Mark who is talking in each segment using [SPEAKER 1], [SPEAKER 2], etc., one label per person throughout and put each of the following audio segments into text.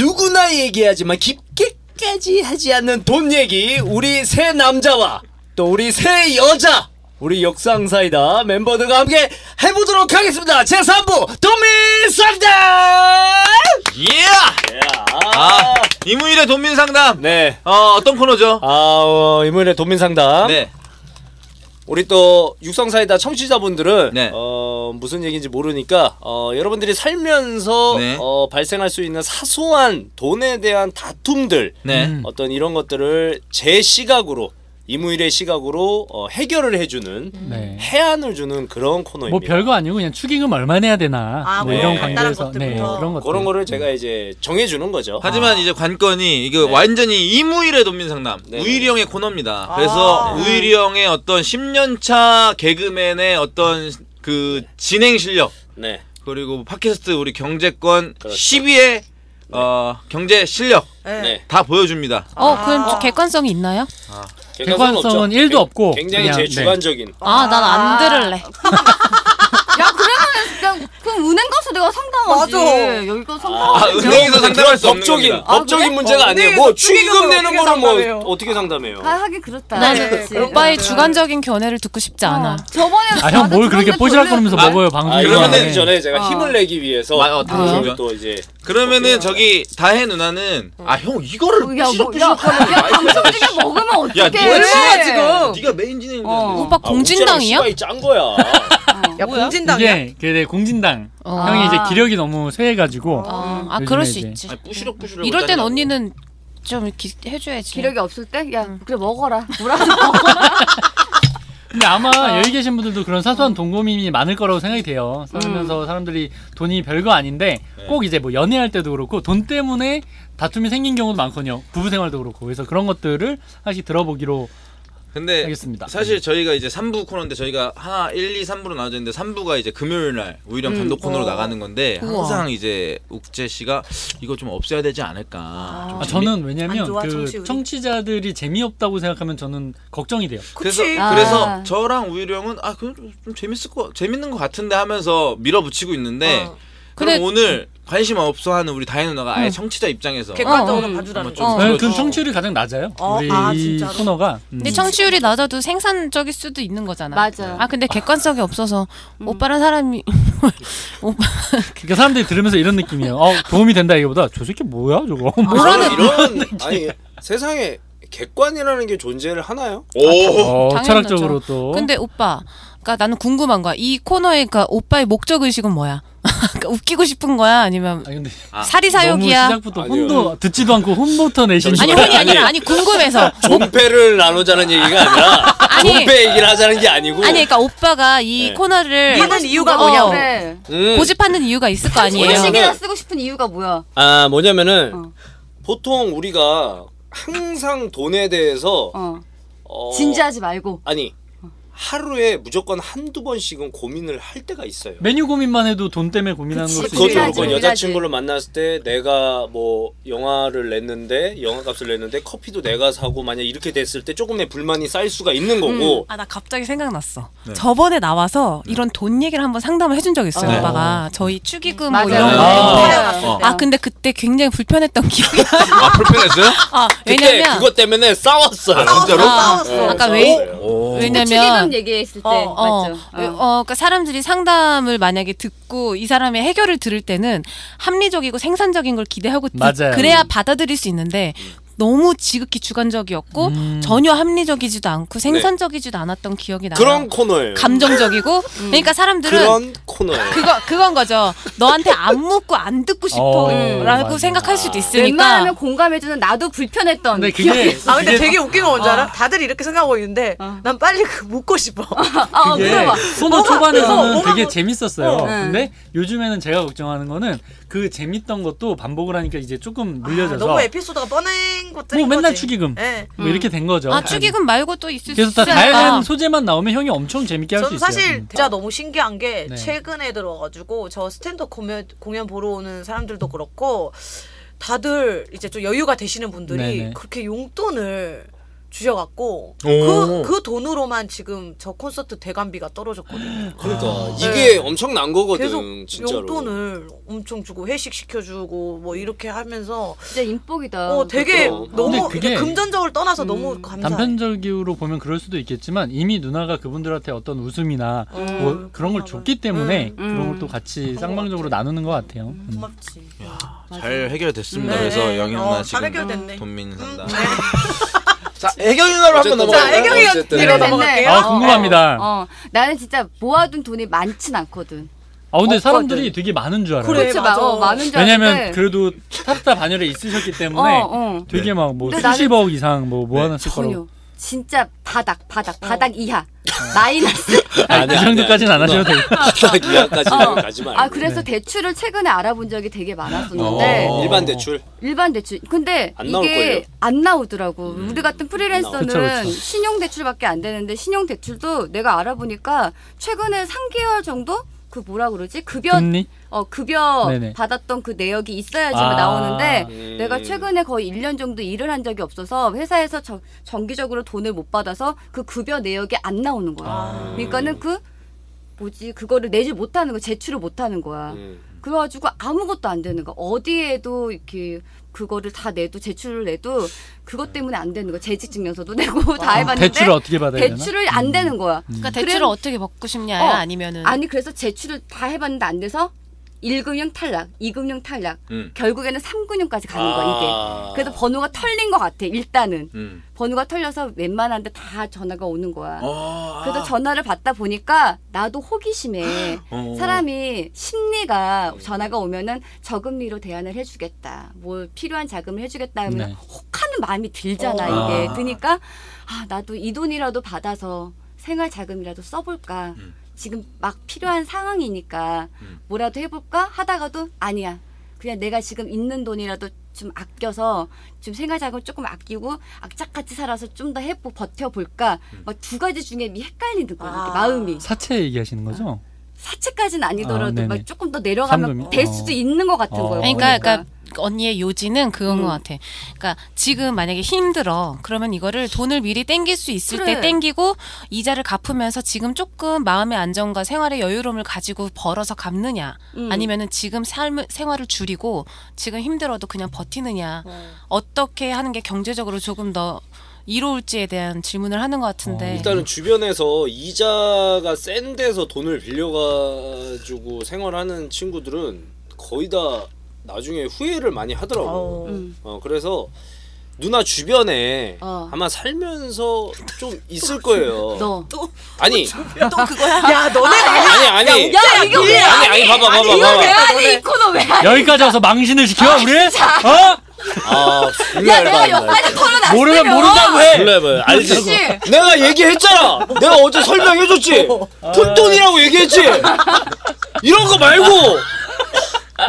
[SPEAKER 1] 누구나 얘기하지만 깊게까지 하지 않는 돈 얘기 우리 세 남자와 또 우리 세 여자 우리 역상사이다 멤버들과 함께 해보도록 하겠습니다 제3부 돈민상담
[SPEAKER 2] 예! 아, 이무일의 돈민상담.
[SPEAKER 1] 네
[SPEAKER 2] 어, 어떤 코너죠?
[SPEAKER 1] 아, 어, 이번에 돈민상담
[SPEAKER 2] 네.
[SPEAKER 1] 우리 또 육성사이다 청취자분들은
[SPEAKER 2] 네.
[SPEAKER 1] 어, 무슨 얘기인지 모르니까 어, 여러분들이 살면서
[SPEAKER 2] 네.
[SPEAKER 1] 어, 발생할 수 있는 사소한 돈에 대한 다툼들
[SPEAKER 2] 네.
[SPEAKER 1] 어떤 이런 것들을 제 시각으로 이무일의 시각으로 어, 해결을 해주는
[SPEAKER 3] 네.
[SPEAKER 1] 해안을 주는 그런
[SPEAKER 3] 뭐
[SPEAKER 1] 코너입니다.
[SPEAKER 3] 별거 아니고 그냥 축의금 얼마 내야 되나
[SPEAKER 4] 아,
[SPEAKER 3] 뭐
[SPEAKER 1] 네.
[SPEAKER 3] 이런
[SPEAKER 1] 간단한
[SPEAKER 3] 관계에서
[SPEAKER 4] 것들부터.
[SPEAKER 3] 네 그런 것들
[SPEAKER 1] 그런 거를 제가 이제 정해주는 거죠.
[SPEAKER 2] 하지만 이제 관건이 이거 완전히 이무일의 돈민상담
[SPEAKER 1] 네.
[SPEAKER 2] 우일이 형의 코너입니다.
[SPEAKER 4] 아.
[SPEAKER 2] 그래서
[SPEAKER 4] 네.
[SPEAKER 2] 우일이 형의 어떤 10년차 개그맨의 어떤 그 진행 실력
[SPEAKER 1] 네,
[SPEAKER 2] 그리고 팟캐스트 우리 경제권
[SPEAKER 1] 그렇죠.
[SPEAKER 2] 10위의 어, 경제 실력
[SPEAKER 4] 네.
[SPEAKER 1] 네.
[SPEAKER 2] 다 보여줍니다.
[SPEAKER 5] 어,
[SPEAKER 4] 아.
[SPEAKER 5] 그럼 좀 객관성이 있나요?
[SPEAKER 1] 객관성은 없죠.
[SPEAKER 3] 객관성은 일도
[SPEAKER 1] 굉-
[SPEAKER 3] 없고
[SPEAKER 1] 굉장히
[SPEAKER 3] 그냥,
[SPEAKER 1] 제
[SPEAKER 3] 네.
[SPEAKER 1] 주관적인.
[SPEAKER 5] 아, 난 안
[SPEAKER 4] 아.
[SPEAKER 5] 들을래.
[SPEAKER 6] 야 그러면 그럼 은행 가서 내가 상담하지.
[SPEAKER 4] 맞아.
[SPEAKER 6] 여기도
[SPEAKER 2] 아,
[SPEAKER 6] 상담하지.
[SPEAKER 2] 은행에서 상담할 수 없는
[SPEAKER 1] 법적인
[SPEAKER 2] 겁니다.
[SPEAKER 1] 법적인
[SPEAKER 6] 그래?
[SPEAKER 1] 문제가
[SPEAKER 4] 어,
[SPEAKER 1] 아니에요.
[SPEAKER 4] 은행에서
[SPEAKER 1] 뭐
[SPEAKER 4] 축의금을
[SPEAKER 1] 축의금 내는
[SPEAKER 4] 어떻게
[SPEAKER 1] 거는
[SPEAKER 4] 상담해요?
[SPEAKER 1] 뭐 어떻게 상담해요?
[SPEAKER 6] 아, 하긴 그렇다.
[SPEAKER 5] 나는
[SPEAKER 4] 그치.
[SPEAKER 5] 오빠의
[SPEAKER 4] 그치.
[SPEAKER 5] 주관적인 견해를 듣고 싶지 않아.
[SPEAKER 6] 저번에
[SPEAKER 3] 아 형 뭘 그렇게 뽀지락
[SPEAKER 6] 면
[SPEAKER 3] 거리면서
[SPEAKER 2] 아,
[SPEAKER 3] 먹어요 네.
[SPEAKER 1] 아,
[SPEAKER 3] 방송
[SPEAKER 1] 이러면
[SPEAKER 2] 그러면은
[SPEAKER 3] 중에
[SPEAKER 1] 기 전에 제가
[SPEAKER 6] 어.
[SPEAKER 1] 힘을 내기 위해서
[SPEAKER 2] 마- 어, 당근
[SPEAKER 1] 이게
[SPEAKER 2] 주관.
[SPEAKER 1] 또 이제
[SPEAKER 2] 그러면은 저기 다혜 누나는 아 형 이거를
[SPEAKER 6] 야, 뭐, 야, 야, 방송 중에 먹으면 어떡해?
[SPEAKER 2] 야, 네가
[SPEAKER 4] 왜 지금?
[SPEAKER 2] 네가 메인 진행자.
[SPEAKER 6] 어.
[SPEAKER 5] 오빠 아, 공진당이야?
[SPEAKER 1] 아, 시바이 짠 거야.
[SPEAKER 4] 야 공진당이야.
[SPEAKER 3] 이게 그 공진당
[SPEAKER 5] 어.
[SPEAKER 3] 형이 이제 기력이 너무 쇠해가지고
[SPEAKER 5] 어, 아,
[SPEAKER 3] 요즘에
[SPEAKER 5] 그럴 수
[SPEAKER 3] 이제.
[SPEAKER 5] 있지.
[SPEAKER 2] 아니, 부시럭부시럭
[SPEAKER 5] 이럴 땐
[SPEAKER 2] 따지냐고.
[SPEAKER 5] 언니는 좀 기, 해줘야지.
[SPEAKER 6] 기력이 없을 때? 야, 그래 먹어라. 뭐라도 먹어라.
[SPEAKER 3] 근데 아마 여기 계신 분들도 그런 사소한 돈 고민이 많을 거라고 생각이 돼요. 살면서 사람들이 돈이 별거 아닌데
[SPEAKER 1] 네.
[SPEAKER 3] 꼭 이제 뭐 연애할 때도 그렇고 돈 때문에 다툼이 생긴 경우도 많거든요. 부부 생활도 그렇고 그래서 그런 것들을 하나씩 들어보기로
[SPEAKER 1] 네.
[SPEAKER 2] 근데
[SPEAKER 3] 알겠습니다.
[SPEAKER 2] 사실 저희가 이제 3부 코너인데 저희가 하나 1, 2, 3부로 나눠져 있는데 3부가 이제 금요일 날 우이령 단독 코너로 나가는 건데
[SPEAKER 5] 우와.
[SPEAKER 2] 항상 이제 욱재 씨가 이거 좀 없애야 되지 않을까. 좀
[SPEAKER 3] 아,
[SPEAKER 2] 재미-
[SPEAKER 3] 저는
[SPEAKER 4] 안
[SPEAKER 3] 왜냐면
[SPEAKER 4] 좋아,
[SPEAKER 3] 그
[SPEAKER 4] 정치 우리.
[SPEAKER 3] 청취자들이 재미없다고 생각하면 저는 걱정이 돼요.
[SPEAKER 2] 그래서
[SPEAKER 4] 그치.
[SPEAKER 6] 아.
[SPEAKER 2] 그래서 저랑 우이령은 아 그건 좀- 좀 재밌을 거 재밌는 거 같은데 하면서 밀어붙이고 있는데
[SPEAKER 4] 어.
[SPEAKER 2] 그럼
[SPEAKER 5] 근데-
[SPEAKER 2] 오늘 관심 없어 하는 우리 다혜 누나가 아예 청취자 입장에서
[SPEAKER 4] 객관적으로
[SPEAKER 5] 어,
[SPEAKER 4] 봐주라는
[SPEAKER 2] 좀
[SPEAKER 4] 거.
[SPEAKER 3] 네,
[SPEAKER 2] 그렇죠.
[SPEAKER 3] 그럼 청취율이 가장 낮아요.
[SPEAKER 4] 어,
[SPEAKER 3] 우리
[SPEAKER 4] 아,
[SPEAKER 3] 이
[SPEAKER 4] 진짜로?
[SPEAKER 3] 코너가. 음.
[SPEAKER 5] 근데 청취율이 낮아도 생산적일 수도 있는 거잖아. 음.
[SPEAKER 6] 맞아.
[SPEAKER 5] 아, 근데 객관성이 없어서 오빠란 사람이 오빠
[SPEAKER 3] 그러니까 사람들이 들으면서 이런 느낌이에요. 어, 도움이 된다 이거보다 저 새끼 뭐야 어, 저거.
[SPEAKER 1] 뭐라는 이런 아니 세상에 객관이라는 게 존재를 하나요?
[SPEAKER 2] 오
[SPEAKER 3] 어,
[SPEAKER 5] 당연하죠.
[SPEAKER 3] 철학적으로 또.
[SPEAKER 5] 근데 오빠, 그러니까 나는 궁금한 거야. 이 코너의 그러니까 오빠의 목적 의식은 뭐야? 그러니까 웃기고 싶은 거야? 아니면
[SPEAKER 3] 아 근데
[SPEAKER 2] 아,
[SPEAKER 5] 사리
[SPEAKER 3] 너무
[SPEAKER 5] 사욕이야?
[SPEAKER 3] 시작부터
[SPEAKER 1] 아니요.
[SPEAKER 3] 혼도 듣지도 않고 혼부터 내시는
[SPEAKER 5] 아니
[SPEAKER 3] 거예요.
[SPEAKER 5] 혼이 아니라 아니 궁금해서
[SPEAKER 1] 존폐를 나누자는 얘기가 아니라
[SPEAKER 5] 아니.
[SPEAKER 1] 존폐 얘기를 하자는 게 아니고
[SPEAKER 5] 아니 그러니까 오빠가 이
[SPEAKER 1] 네.
[SPEAKER 5] 코너를
[SPEAKER 4] 믿는 이유가
[SPEAKER 5] 어,
[SPEAKER 4] 뭐냐고.
[SPEAKER 6] 그래.
[SPEAKER 1] 음,
[SPEAKER 5] 고집하는 이유가 있을 거 아니에요.
[SPEAKER 6] 음식이나 쓰고 싶은 이유가 뭐야?
[SPEAKER 1] 아 뭐냐면은
[SPEAKER 6] 어.
[SPEAKER 1] 보통 우리가 항상 돈에 대해서
[SPEAKER 6] 어.
[SPEAKER 1] 어,
[SPEAKER 6] 진지하지 말고.
[SPEAKER 1] 아니 하루에 무조건 한두 번씩은 고민을 할 때가 있어요.
[SPEAKER 3] 메뉴 고민만 해도 돈 때문에 고민하는
[SPEAKER 6] 그치,
[SPEAKER 3] 거
[SPEAKER 1] 그것도
[SPEAKER 6] 고민하지,
[SPEAKER 1] 그렇고
[SPEAKER 6] 고민하지.
[SPEAKER 1] 여자친구를 만났을 때 내가 뭐 영화를 냈는데 영화값을 냈는데 커피도 내가 사고 만약 이렇게 됐을 때 조금의 불만이 쌓일 수가 있는 거고
[SPEAKER 5] 아 나 갑자기 생각났어. 저번에 나와서 이런 돈 얘기를 한번 상담을 해준 적 있어요.
[SPEAKER 2] 네.
[SPEAKER 5] 오빠가 저희 축의금 뭐
[SPEAKER 6] 맞아.
[SPEAKER 5] 이런 거.
[SPEAKER 2] 아.
[SPEAKER 6] 아,
[SPEAKER 3] 어.
[SPEAKER 5] 아 근데 그때 굉장히 불편했던 기억이 나.
[SPEAKER 2] 아 불편했어요?
[SPEAKER 5] 아,
[SPEAKER 1] 그때 네.
[SPEAKER 5] 왜냐면
[SPEAKER 1] 그것 때문에 싸웠어요.
[SPEAKER 2] 아, 진짜로?
[SPEAKER 5] 아, 그
[SPEAKER 4] 싸웠어.
[SPEAKER 5] 아까 왜
[SPEAKER 2] 오.
[SPEAKER 5] 왜냐면
[SPEAKER 6] 튀김 뭐 얘기했을 때
[SPEAKER 4] 어,
[SPEAKER 5] 어,
[SPEAKER 6] 맞죠.
[SPEAKER 5] 왜- 어, 그러니까 사람들이 상담을 만약에 듣고 이 사람의 해결을 들을 때는 합리적이고 생산적인 걸 기대하고 듣-
[SPEAKER 3] 맞아요.
[SPEAKER 5] 그래야 받아들일 수 있는데 너무 지극히 주관적이었고
[SPEAKER 3] 음.
[SPEAKER 5] 전혀 합리적이지도 않고 생산적이지도 않았던 기억이 나요.
[SPEAKER 1] 네. 그런 코너예요.
[SPEAKER 5] 감정적이고 그러니까 사람들은
[SPEAKER 1] 그런 코너예요.
[SPEAKER 5] 그거 그건 거죠. 너한테 안 묻고 안
[SPEAKER 3] 어,
[SPEAKER 5] 듣고 싶어라고
[SPEAKER 3] 맞아.
[SPEAKER 5] 생각할 수도 있으니까.
[SPEAKER 6] 웬만하면 공감해주는 나도 불편했던
[SPEAKER 3] 근데
[SPEAKER 6] 기억이
[SPEAKER 3] 그게
[SPEAKER 6] 있어.
[SPEAKER 4] 아 근데 되게 웃긴 건 뭔지
[SPEAKER 5] 어.
[SPEAKER 4] 알아? 다들 이렇게 생각하고 있는데
[SPEAKER 6] 어.
[SPEAKER 4] 난 빨리 그 묻고 싶어.
[SPEAKER 6] 아, 어,
[SPEAKER 3] 그게
[SPEAKER 6] 물어봐.
[SPEAKER 3] 예. 소노
[SPEAKER 4] 그래서
[SPEAKER 3] 초반에서는
[SPEAKER 4] 뭐가
[SPEAKER 3] 되게
[SPEAKER 4] 뭐-
[SPEAKER 3] 재밌었어요.
[SPEAKER 4] 어.
[SPEAKER 3] 근데 요즘에는 제가 걱정하는 거는 그 재밌던 것도 반복을 하니까 이제 조금
[SPEAKER 4] 아,
[SPEAKER 3] 물려져서
[SPEAKER 4] 너무 에피소드가 뻔한 것들.
[SPEAKER 3] 뭐 맨날 축의금
[SPEAKER 4] 네.
[SPEAKER 3] 뭐 이렇게 된 거죠. 예.
[SPEAKER 5] 아 축의금 말고 또 있을 수
[SPEAKER 3] 그래서 다
[SPEAKER 5] 있으니까.
[SPEAKER 3] 다양한 아. 소재만 나오면 형이 엄청 재밌게 할 수
[SPEAKER 4] 저도
[SPEAKER 3] 있어요.
[SPEAKER 4] 사실
[SPEAKER 3] 음.
[SPEAKER 4] 진짜 너무 신기한 게
[SPEAKER 3] 네.
[SPEAKER 4] 최근에 들어가지고 저 스탠드업 공연, 공연 보러 오는 사람들도 그렇고 다들 이제 좀 여유가 되시는 분들이
[SPEAKER 3] 네네.
[SPEAKER 4] 그렇게 용돈을 주셔갖고
[SPEAKER 2] 오.
[SPEAKER 4] 그, 그 돈으로만 지금 저 콘서트 대관비가 떨어졌거든요.
[SPEAKER 1] 그러니까
[SPEAKER 4] 네.
[SPEAKER 1] 이게 엄청난
[SPEAKER 4] 계속
[SPEAKER 1] 거거든 진짜로.
[SPEAKER 4] 용돈을 엄청 주고 회식 시켜주고 뭐 이렇게 하면서
[SPEAKER 6] 진짜 인복이다.
[SPEAKER 4] 어 되게
[SPEAKER 1] 그렇죠.
[SPEAKER 3] 근데
[SPEAKER 4] 너무
[SPEAKER 3] 그게- 음,
[SPEAKER 4] 그러니까 금전적으로 떠나서 너무 감사해.
[SPEAKER 3] 단편적으로 보면 그럴 수도 있겠지만 이미 누나가 그분들한테 어떤 웃음이나
[SPEAKER 4] 음,
[SPEAKER 3] 뭐 그런 걸
[SPEAKER 4] 감사합니다.
[SPEAKER 3] 줬기 때문에
[SPEAKER 6] 음.
[SPEAKER 3] 그런 걸 또 같이
[SPEAKER 4] 것
[SPEAKER 3] 쌍방적으로 나누는 것 같아요. 음.
[SPEAKER 4] 고맙지.
[SPEAKER 2] 잘 해결됐습니다.
[SPEAKER 4] 네,
[SPEAKER 2] 그래서
[SPEAKER 4] 네.
[SPEAKER 2] 영희
[SPEAKER 4] 어,
[SPEAKER 2] 누나
[SPEAKER 4] 잘
[SPEAKER 2] 지금
[SPEAKER 4] 해결됐네.
[SPEAKER 2] 돈민 산다.
[SPEAKER 4] 음,
[SPEAKER 2] 자, 애경 누나로 한번
[SPEAKER 1] 어쨌든
[SPEAKER 2] 넘어가.
[SPEAKER 1] 자, 애경이
[SPEAKER 4] 애경이가
[SPEAKER 1] 어쨌든.
[SPEAKER 4] 뒤로
[SPEAKER 3] 네.
[SPEAKER 4] 넘어갈게요.
[SPEAKER 3] 아, 궁금합니다.
[SPEAKER 6] 어, 어. 나는 진짜 모아둔 돈이 많진 않거든.
[SPEAKER 3] 아 근데
[SPEAKER 6] 없거든.
[SPEAKER 3] 사람들이 되게 많은 줄 알아요.
[SPEAKER 4] 그래,
[SPEAKER 6] 그치,
[SPEAKER 4] 맞아.
[SPEAKER 6] 막, 어, 많은 줄
[SPEAKER 3] 왜냐면
[SPEAKER 6] 알았는데.
[SPEAKER 3] 그래도 탑스타 반열에 있으셨기
[SPEAKER 6] 어,
[SPEAKER 3] 때문에
[SPEAKER 6] 어.
[SPEAKER 1] 네.
[SPEAKER 3] 되게 막 뭐
[SPEAKER 6] 근데 나는-
[SPEAKER 3] 수십억 이상 뭐 모아놨을 거라고.
[SPEAKER 6] 전혀. 진짜 바닥, 바닥, 바닥 이하.
[SPEAKER 3] 어.
[SPEAKER 6] 마이너스.
[SPEAKER 3] 아니, 그 정도까지는 안 하셔도 돼요.
[SPEAKER 1] 기아까지
[SPEAKER 6] 어.
[SPEAKER 1] 가지 말고.
[SPEAKER 6] 아, 그래서
[SPEAKER 3] 네.
[SPEAKER 6] 네. 대출을 최근에 알아본 적이 되게 많았었는데.
[SPEAKER 2] 어.
[SPEAKER 1] 일반 대출.
[SPEAKER 6] 일반 대출. 근데
[SPEAKER 1] 안 나올걸요?
[SPEAKER 6] 이게 안 나오더라고. 우리 같은 프리랜서는
[SPEAKER 3] 음. 그쵸, 그쵸.
[SPEAKER 6] 신용 대출밖에 안 되는데 신용 대출도 내가 알아보니까 최근에 3개월 정도 그 뭐라 그러지? 급여
[SPEAKER 3] 금리?
[SPEAKER 6] 어 급여
[SPEAKER 3] 네네.
[SPEAKER 6] 받았던 그 내역이 있어야지
[SPEAKER 3] 아.
[SPEAKER 6] 나오는데
[SPEAKER 1] 음.
[SPEAKER 6] 내가 최근에 거의 1년 정도 일을 한 적이 없어서 회사에서 저- 정기적으로 돈을 못 받아서 그 급여 내역이 안 나오는 거야.
[SPEAKER 4] 아.
[SPEAKER 6] 그러니까는 그 뭐지 그거를 내지 못하는 거 제출을 못하는 거야.
[SPEAKER 1] 음.
[SPEAKER 6] 그래가지고 아무것도 안 되는 거 어디에도 이렇게 그거를 다 내도 제출을 내도 그것 때문에 안 되는 거 재직증명서도 내고 다 해봤는데
[SPEAKER 3] 아, 대출을 어떻게 받아야 되나? 음.
[SPEAKER 6] 대출을 안 되는 거야.
[SPEAKER 5] 그러니까 대출을
[SPEAKER 6] 그래-
[SPEAKER 5] 어떻게 받고 싶냐
[SPEAKER 6] 어.
[SPEAKER 5] 아니면은
[SPEAKER 6] 아니 그래서 제출을 다 해봤는데 안 돼서 1금융 탈락, 2금융 탈락,
[SPEAKER 2] 음.
[SPEAKER 6] 결국에는 3금융까지 가는 거야
[SPEAKER 1] 아.
[SPEAKER 6] 이게. 그래서 번호가 털린 것 같아 일단은.
[SPEAKER 2] 음.
[SPEAKER 6] 번호가 털려서 웬만한데 다 전화가 오는 거야.
[SPEAKER 2] 어,
[SPEAKER 6] 그래서
[SPEAKER 2] 아.
[SPEAKER 6] 전화를 받다 보니까 나도 호기심에
[SPEAKER 2] 어.
[SPEAKER 6] 사람이 심리가 전화가 오면은 저금리로 대안을 해주겠다. 뭐 필요한 자금을 해주겠다 하면
[SPEAKER 3] 네.
[SPEAKER 6] 혹하는 마음이 들잖아
[SPEAKER 2] 어.
[SPEAKER 6] 이게.
[SPEAKER 2] 아.
[SPEAKER 6] 드니까 아 나도 이 돈이라도 받아서 생활 자금이라도 써볼까.
[SPEAKER 2] 음.
[SPEAKER 6] 지금 막 필요한 상황이니까
[SPEAKER 2] 음.
[SPEAKER 6] 뭐라도 해볼까 하다가도 아니야. 그냥 내가 지금 있는 돈이라도 좀 아껴서 좀 생활 자금 조금 아끼고 악착같이 살아서 좀 더 해보 버텨볼까.
[SPEAKER 3] 음.
[SPEAKER 6] 막 두 가지 중에 미 헷갈리는 거야 이렇게
[SPEAKER 4] 아.
[SPEAKER 6] 마음이.
[SPEAKER 3] 사채 얘기하시는 거죠?
[SPEAKER 6] 사채까지는
[SPEAKER 3] 아,
[SPEAKER 6] 아니더라도
[SPEAKER 3] 네네.
[SPEAKER 6] 막 조금 더 내려가면
[SPEAKER 3] 삼금이?
[SPEAKER 6] 될
[SPEAKER 3] 어.
[SPEAKER 6] 수도 있는 것 같은
[SPEAKER 3] 어.
[SPEAKER 6] 거예요.
[SPEAKER 5] 그러니까,
[SPEAKER 6] 보니까.
[SPEAKER 5] 그러니까 언니의 요지는 그건 것 같아. 그러니까 지금 만약에 힘들어, 그러면 이거를 돈을 미리 땡길 수 있을
[SPEAKER 6] 그래.
[SPEAKER 5] 때 땡기고 이자를 갚으면서 지금 조금 마음의 안정과 생활의 여유로움을 가지고 벌어서 갚느냐,
[SPEAKER 6] 음.
[SPEAKER 5] 아니면은 지금 삶을 생활을 줄이고 지금 힘들어도 그냥 버티느냐, 어떻게 하는 게 경제적으로 조금 더 이로울지에 대한 질문을 하는 것 같은데.
[SPEAKER 3] 어,
[SPEAKER 1] 일단은 주변에서 이자가 센 데서 돈을 빌려가지고 생활하는 친구들은 거의 다 나중에 후회를 많이 하더라고.
[SPEAKER 4] 아우.
[SPEAKER 6] 음.
[SPEAKER 1] 어 그래서 누나 주변에
[SPEAKER 6] 어.
[SPEAKER 1] 아마 살면서 좀 있을 거예요.
[SPEAKER 6] 너
[SPEAKER 1] 아니
[SPEAKER 4] 또 그거야. 야 너네가
[SPEAKER 1] 아니 아니 아니
[SPEAKER 6] 야, 이거 왜
[SPEAKER 1] 아니 아니 봐봐 봐봐
[SPEAKER 6] 이거
[SPEAKER 1] 봐봐.
[SPEAKER 6] 왜안이 코너 왜? 안 해?
[SPEAKER 3] 여기까지 와서 망신을 시켜
[SPEAKER 6] 아,
[SPEAKER 3] 우리? 어?
[SPEAKER 1] 아
[SPEAKER 6] 야
[SPEAKER 1] 정말
[SPEAKER 6] 내가
[SPEAKER 1] 열받는다.
[SPEAKER 6] 여기까지 털어놨으면
[SPEAKER 3] 모르면 모른다고 해.
[SPEAKER 1] 몰라요, 알지?
[SPEAKER 6] 씨.
[SPEAKER 1] 내가 얘기했잖아. 내가 어제 설명해줬지. 푼돈이라고 얘기했지. 이런 거 말고